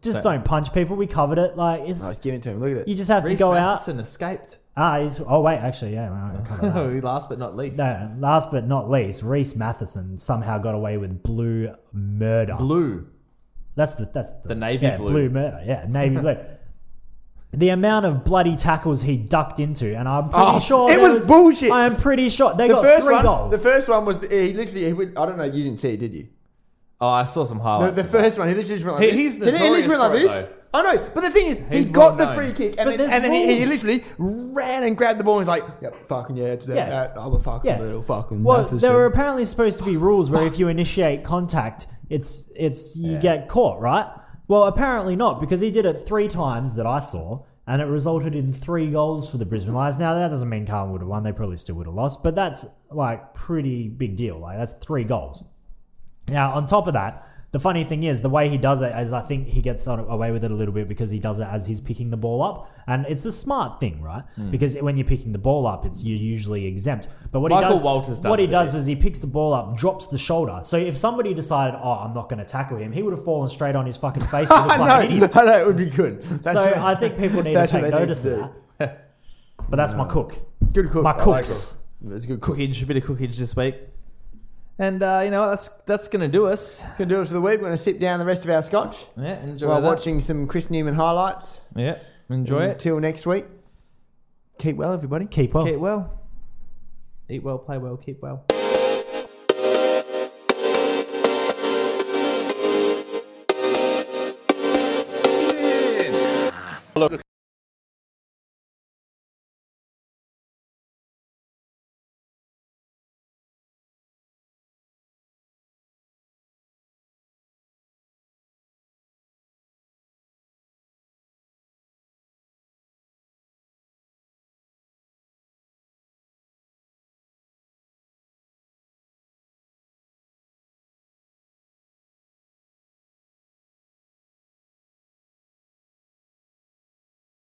Speaker 3: Just don't punch people. We covered it. Like it's
Speaker 2: I was giving it to him. Look at it.
Speaker 3: you just have to
Speaker 1: Reece
Speaker 3: go out.
Speaker 1: Matheson escaped.
Speaker 3: Ah, he's, oh wait, actually yeah. well, I covered that.
Speaker 1: Last but not least.
Speaker 3: Uh-huh. No, last but not least, Reese Matheson somehow got away with blue murder.
Speaker 1: Blue.
Speaker 3: That's the that's the,
Speaker 1: The navy
Speaker 3: yeah,
Speaker 1: blue.
Speaker 3: murder. Yeah, navy blue. The amount of bloody tackles he ducked into, and I'm pretty
Speaker 2: Oh,
Speaker 3: sure
Speaker 2: it
Speaker 3: there
Speaker 2: was bullshit.
Speaker 3: I am pretty sure they
Speaker 2: the
Speaker 3: got
Speaker 2: first
Speaker 3: three
Speaker 2: one.
Speaker 3: goals.
Speaker 2: The first one was he literally. He went, I don't know. You didn't see it, did you?
Speaker 1: Oh, I saw some
Speaker 2: The,
Speaker 1: highlights.
Speaker 2: the
Speaker 1: of
Speaker 2: first one. He literally just went like
Speaker 1: He-
Speaker 2: this.
Speaker 1: he's
Speaker 2: He- he literally went like
Speaker 1: notorious for
Speaker 2: this.
Speaker 1: it, though.
Speaker 2: I know, but the thing is, he
Speaker 1: He's
Speaker 2: got the
Speaker 1: well
Speaker 2: free
Speaker 1: known.
Speaker 2: kick,
Speaker 3: But
Speaker 2: and, then,
Speaker 3: there's
Speaker 2: and then he, he
Speaker 3: rules.
Speaker 2: literally ran and grabbed the ball and was like, "Yep, fucking yeah, it's that.
Speaker 3: Yeah.
Speaker 2: that, I'm a fucking
Speaker 3: Yeah.
Speaker 2: little fucking."
Speaker 3: well,
Speaker 2: Matheson."
Speaker 3: there were apparently supposed to be rules where if you initiate contact, it's it's you get caught, right? Well, apparently not because he did it three times that I saw, and it resulted in three goals for the Brisbane Lions. Now that doesn't mean Carlton would have won; they probably still would have lost, but that's like pretty big deal. Like that's three goals. Now, on top of that, the funny thing is the way he does it is I think he gets on- away with it a little bit because he does it as he's picking the ball up, and it's a smart thing, right?
Speaker 2: Hmm.
Speaker 3: Because when you're picking the ball up, it's you're usually exempt. But what
Speaker 1: Michael
Speaker 3: he does,
Speaker 1: Walters does
Speaker 3: what
Speaker 1: it
Speaker 3: he
Speaker 1: a
Speaker 3: does
Speaker 1: bit.
Speaker 3: was he picks the ball up, drops the shoulder. So if somebody decided, oh, I'm not going to tackle him, he would have fallen straight on his fucking face. and
Speaker 2: I
Speaker 3: looked like an
Speaker 2: know,
Speaker 3: idiot.
Speaker 2: I know it would be good. That's
Speaker 3: So
Speaker 2: what-
Speaker 3: I think people need to
Speaker 2: that's what
Speaker 3: take
Speaker 2: they need
Speaker 3: notice
Speaker 2: to
Speaker 3: of that. But that's my cook.
Speaker 2: Good cook.
Speaker 3: My
Speaker 2: I like
Speaker 3: cooks.
Speaker 2: it. It's a good cook.
Speaker 1: cookage, a bit of cookage this week. And uh, you know what? That's that's gonna do us.
Speaker 2: That's gonna do it for the week. We're gonna sip down the rest of our scotch
Speaker 1: Yeah, enjoy
Speaker 2: while
Speaker 1: that.
Speaker 2: watching some Chris Newman highlights.
Speaker 1: Yeah, enjoy it.
Speaker 2: Until next week. Keep well, everybody.
Speaker 3: Mm. Keep well.
Speaker 1: Keep well. Eat well, play well, keep well.